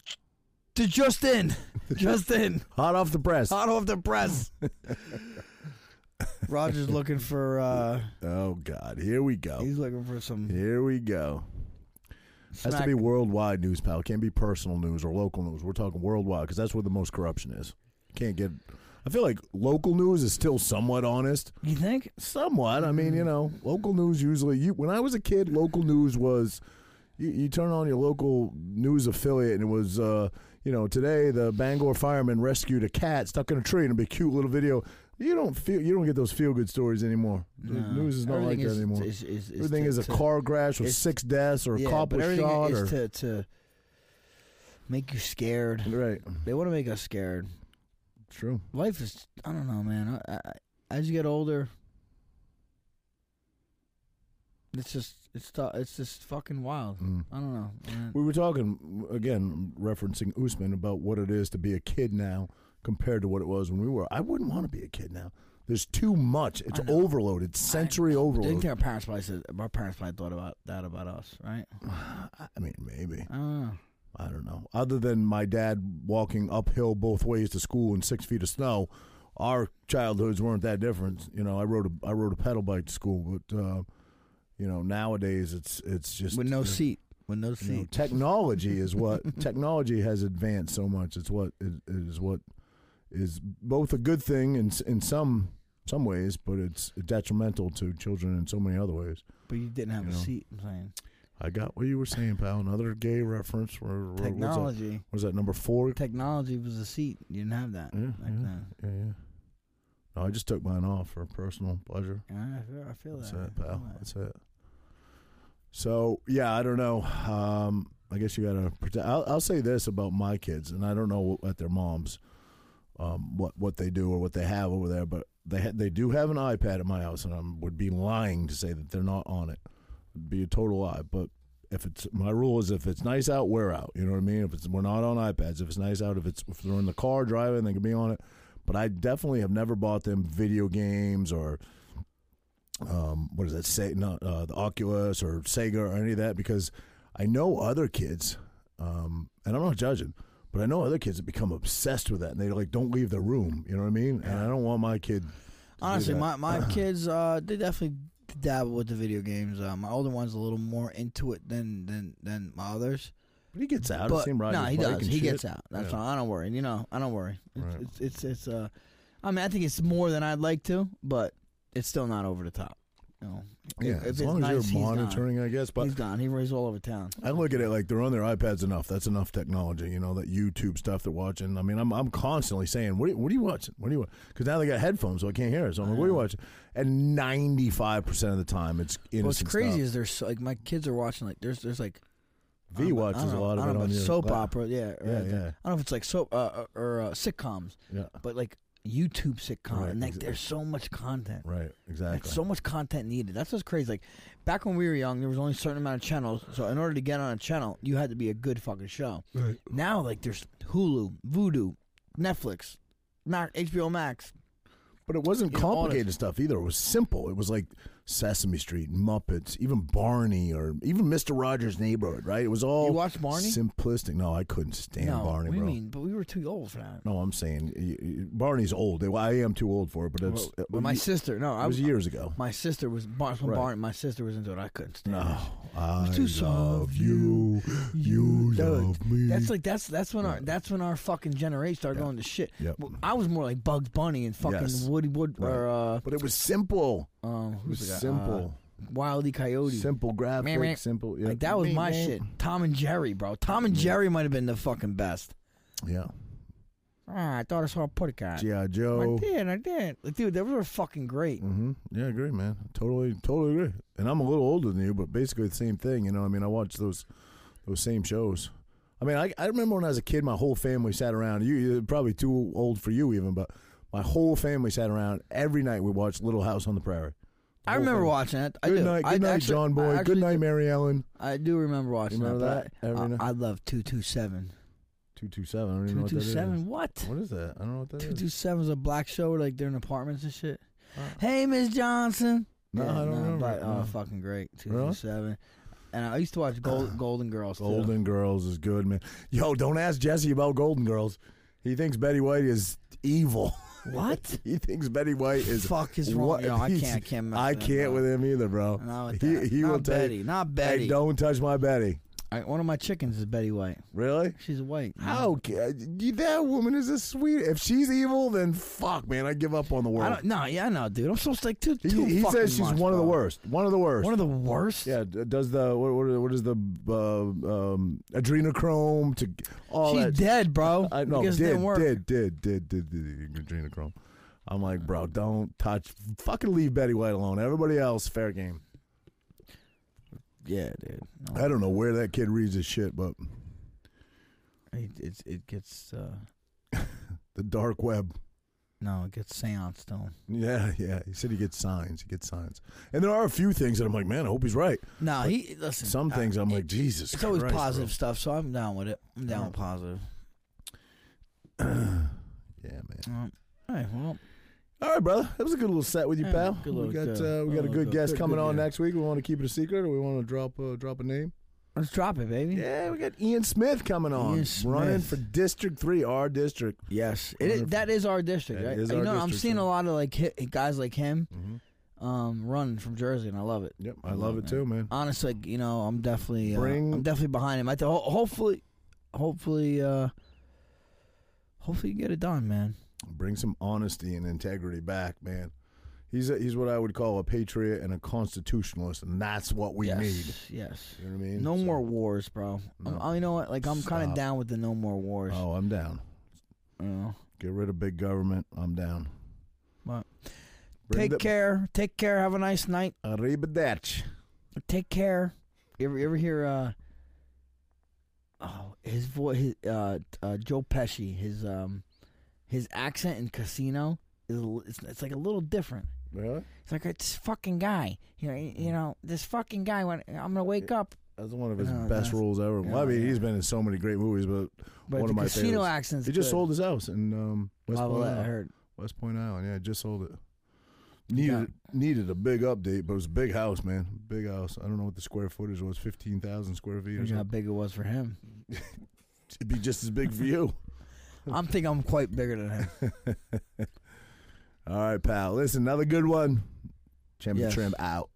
B: to just in, just in,
A: hot off the press.
B: hot off the press. Roger's looking for uh
A: Oh God, here we go.
B: he's looking for some
A: Here we go. Has to
B: smack.
A: be worldwide news, pal. It can't be personal news or local news. We're talking worldwide because that's where the most corruption is. Can't get. I feel like local news is still somewhat honest.
B: You think?
A: Somewhat. I
B: Mm-hmm.
A: mean, you know, local news usually. You when I was a kid, local news was. You, you turn on your local news affiliate, and it was. Uh, you know, today the Bangor fireman rescued a cat stuck in a tree, and it'd be a cute little video. You don't feel. You don't get those feel good stories anymore. The
B: No.
A: News is not
B: Everything
A: like
B: is-
A: that anymore.
B: Is, is, is
A: Everything
B: to-
A: is a
B: to-
A: car crash with
B: it's-
A: six deaths or a
B: yeah,
A: cop
B: but
A: was
B: everything
A: shot
B: is
A: or
B: to, to make you scared.
A: right.
B: They want to make us scared.
A: True.
B: Life is I don't know, man. I, I, as you get older, it's just it's tou- it's just fucking wild.
A: Mm.
B: I don't know. man.
A: We were talking again, referencing Usman about what it is to be a kid now compared to what it was when we were. I wouldn't want to be a kid now. There's too much. It's
B: I know.
A: overload. It's sensory
B: I think
A: overload.
B: our parents probably said our parents probably thought about that about us, right?
A: I mean, maybe
B: I don't know.
A: I don't know. Other than my dad walking uphill both ways to school in six feet of snow, our childhoods weren't that different. You know, I rode a I rode a pedal bike to school, but uh, you know nowadays it's it's just
B: With no seat. With no
A: you know,
B: seat.
A: technology is what technology has advanced so much. It's what it, it is what is both a good thing in s- in some some ways, but it's detrimental to children in so many other ways.
B: But you didn't have
A: you
B: a
A: know.
B: seat, I'm saying.
A: I got what you were saying, pal. Another gay reference. Where, where, Was that?
B: Technology.
A: What is that number four?
B: Technology was a seat. You didn't have that.
A: Yeah,
B: Like
A: yeah.
B: that.
A: Yeah, yeah. No, I just took mine off for personal pleasure.
B: Yeah, I feel, I feel
A: That's
B: that. I
A: it,
B: feel
A: pal.
B: that.
A: That's it. So yeah, I don't know. Um, I guess you gotta protect. I'll, I'll say this about my kids, and I don't know at their moms, um, what what they do or what they have over there, but they ha- they do have an iPad at my house, and I would be lying to say that they're not on it. It'd be a total lie. But if it's my rule is if it's nice out, we're out. You know what I mean? If it's we're not on iPads, if it's nice out, if it's if they're in the car driving, they can be on it. But I definitely have never bought them video games or um, what does that say? No, uh, the Oculus or Sega or any of that because I know other kids, um, and I'm not judging, but I know other kids that become obsessed with that and they like don't leave their room. You know what I mean? And I don't want my kid. to do
B: Honestly,
A: that.
B: my, my kids, uh, they definitely dabble with the video games. Uh, my older one's a little more into it than than, than my others.
A: But he gets out.
B: But
A: I've seen him
B: no,
A: ride his
B: he
A: bike
B: does.
A: and
B: He
A: shit.
B: gets out. That's
A: Yeah.
B: all. I don't worry. You know, I don't worry. It's
A: Right.
B: it's, it's it's uh, I mean, I think it's more than I'd like to, but it's still not over the top. You know, If-
A: Yeah,
B: if
A: as
B: it's
A: long
B: nice,
A: as
B: he's
A: you're
B: gone.
A: monitoring, I guess. But
B: he's gone. He raised all over town.
A: I look at it like they're on their iPads enough. That's enough technology, you know, that YouTube stuff they're watching. I mean, I'm, I'm constantly saying, what are, you- what are you watching? What are you watching? Because now they got headphones, so I can't hear it. So I'm like, what are you watching? And 95% of the time, it's innocent
B: What's crazy
A: stuff.
B: is there's so, like my kids are watching like there's there's like I
A: V
B: don't know- I
A: watches
B: don't
A: a
B: know-
A: lot
B: I
A: of
B: don't
A: it
B: know
A: on
B: about
A: your
B: soap
A: lap.
B: opera. Yeah, or
A: Yeah,
B: like-
A: yeah.
B: I don't know if it's like soap uh, or uh, sitcoms,
A: Yeah,
B: but like YouTube sitcom,
A: Right,
B: and like
A: exa-
B: there's so much content.
A: right, exactly.
B: That's so much content needed. That's what's crazy. Like back when we were young, there was only a certain amount of channels. So in order to get on a channel, you had to be a good fucking show.
A: Right.
B: Now, like there's Hulu, Voodoo, Netflix, Mac, HBO Max.
A: But it wasn't
B: You know, all this-
A: complicated stuff either. It was simple. It was like Sesame Street, Muppets, even Barney, or even Mister Rogers' Neighborhood. Right? It was all
B: You watched Barney?
A: Simplistic. No, I couldn't stand
B: no,
A: Oh, Barney,
B: we
A: bro.
B: mean, but we were too old for that.
A: no, I'm saying y- y- Barney's old. I am too old for it, but it's uh,
B: But my sister, no,
A: it
B: I
A: was years ago.
B: My sister was Bar-
A: Right.
B: Barney. My sister was into it. I couldn't stand. it.
A: No, I
B: too
A: love
B: soft.
A: you. You
B: That was-
A: love me.
B: That's like that's that's when our that's when our fucking generation started going to shit.
A: Yep.
B: Well, I was more like Bugs Bunny and fucking
A: Yes.
B: Woody Wood
A: Right.
B: or uh,
A: but it was simple. It
B: um,
A: was
B: who's the guy?
A: simple.
B: Uh, Wile E. Coyote.
A: Simple graphic,
B: meh.
A: simple. Yeah.
B: Like that was my shit. Tom and Jerry, bro. Tom and Jerry might have been the fucking best.
A: Yeah.
B: Ah, I thought I saw a putty guy.
A: G.I.
B: I
A: Joe.
B: did, I did. Like, dude, those were fucking great.
A: hmm Yeah, I agree, man. Totally, totally agree. And I'm a little older than you, but basically the same thing. You know, I mean, I watched those those same shows. I mean, I, I remember when I was a kid, my whole family sat around. You you're probably too old for you even, but my whole family sat around every night. We watched Little House on the Prairie.
B: I remember watching that. I
A: Good
B: do.
A: night,
B: I
A: good night,
B: actually-
A: John Boy.
B: I actually
A: good night,
B: do-
A: Mary Ellen.
B: I do remember watching
A: Remember
B: that.
A: that?
B: but I-
A: Every night?
B: I, I love two two seven.
A: Two two seven. I don't even know
B: Two
A: what that
B: two
A: is.
B: seven. What?
A: What is that? I don't know what that is.
B: Two two seven was a black show where like they're in apartments and shit.
A: Uh.
B: hey, Miss Johnson.
A: No, I don't remember
B: But,
A: it,
B: oh,
A: no.
B: fucking great. Two
A: Really?
B: two seven. And I used to watch Gold, Golden Girls. too.
A: Golden Girls is good, man. Yo, don't ask Jesse about Golden Girls. He thinks Betty White is evil.
B: What?
A: he thinks Betty White is
B: Fuck is wrong-
A: What?
B: Yo, I
A: he's-
B: can't- I can't mess
A: I
B: with him,
A: can't
B: bro.
A: with him either, bro.
B: Not with
A: he
B: that.
A: he
B: Not
A: will tell
B: Betty.
A: you,
B: Not
A: Hey,
B: Betty.
A: don't touch my Betty.
B: I, one of my chickens is Betty White.
A: Really?
B: She's white. man.
A: How ca- you- that woman is a sweet. If she's evil, then fuck, man. I give up on the
B: I
A: world.
B: don't. No, yeah, no, dude. I'm supposed to like two.
A: He,
B: two
A: he
B: fucking
A: says she's
B: months,
A: one of the
B: bro.
A: worst. One of the worst.
B: One of the worst.
A: yeah, d- does the what? What, what is the uh, um, adrenochrome to all
B: she's
A: that?
B: dead, bro.
A: I know.
B: because
A: Did,
B: it didn't work.
A: did did did did did Adrena Chrome. I'm like, bro, don't touch. Fucking leave Betty White alone. Everybody else, fair game.
B: Yeah, dude. No.
A: I don't know where that kid reads his shit, but
B: It, it's it gets uh,
A: the dark web.
B: no, it gets seanced on.
A: Yeah, yeah. He said he gets signs. He gets signs. And there are a few things that I'm like, man, I hope he's right.
B: No, he listen.
A: Some
B: I-
A: things I'm
B: Uh, it-
A: like, Jesus.
B: It's always
A: Christ, bro.
B: positive stuff, so I'm down with it. I'm down with positive.
A: Yeah, man.
B: Um, all right, well,
A: All right, brother. That was a good little set with you,
B: Yeah,
A: pal.
B: good
A: we
B: little,
A: got
B: uh,
A: uh, we got a good
B: little good-
A: guest
B: good-
A: coming
B: good,
A: on
B: yeah.
A: next week. We want to keep it a secret, or we want to drop uh, drop a name.
B: let's drop it, baby.
A: Yeah, we got Ian Smith coming on,
B: Ian
A: running
B: Smith.
A: for District Three, our district.
B: Yes, it is, that is our district,
A: That
B: right?
A: is
B: you
A: our
B: know, I'm
A: district,
B: seeing
A: sir.
B: a lot of like hit, guys like him, um, running from Jersey, and I love it.
A: Yep, I love it too, man.
B: Honestly, like, you know, I'm definitely, uh,
A: Bring-
B: I'm definitely behind him. I th- ho- hopefully, hopefully, uh, hopefully, you get it done, man.
A: Bring some honesty and integrity back, man. He's a, he's what I would call a patriot and a constitutionalist, and that's what we
B: yes,
A: need.
B: yes.
A: You know what I mean?
B: No
A: So-
B: more wars, bro. I'm- I, you know what? Like, I'm kind
A: Stop.
B: of down with the no more wars.
A: Oh, I'm down.
B: You know?
A: Get rid of big government. I'm down.
B: But
A: Bring
B: take
A: the-
B: care. Take care. Have a nice night.
A: Arrivederci.
B: Take care. You ever, you ever hear? uh Oh, his voice. His, uh, uh, Joe Pesci. His um, his accent in Casino is a li- it's, it's like a little different.
A: Really?
B: It's like it's fucking guy. You know, you
A: Mm.
B: know this fucking guy. When I'm gonna wake up,
A: That's one of his
B: No,
A: best
B: that's-
A: roles ever. Well, I
B: yeah,
A: mean,
B: yeah.
A: he's been in so many great movies, but,
B: but
A: one
B: the
A: of my
B: Casino
A: favorites.
B: accents.
A: he just
B: good.
A: sold his house in um, West
B: Love
A: Point
B: that I
A: Island.
B: heard.
A: West Point Island. Yeah, just sold it.
B: Yeah.
A: Needed needed a big update, but it was a big house, man. Big house. I don't know what the square footage was, fifteen thousand square feet or
B: Imagine how
A: something.
B: big it was for him.
A: It'd be just as big for you.
B: I'm think I'm quite bigger than him.
A: All right, pal. Listen, another good one. Champion
B: Yes.
A: Trim out.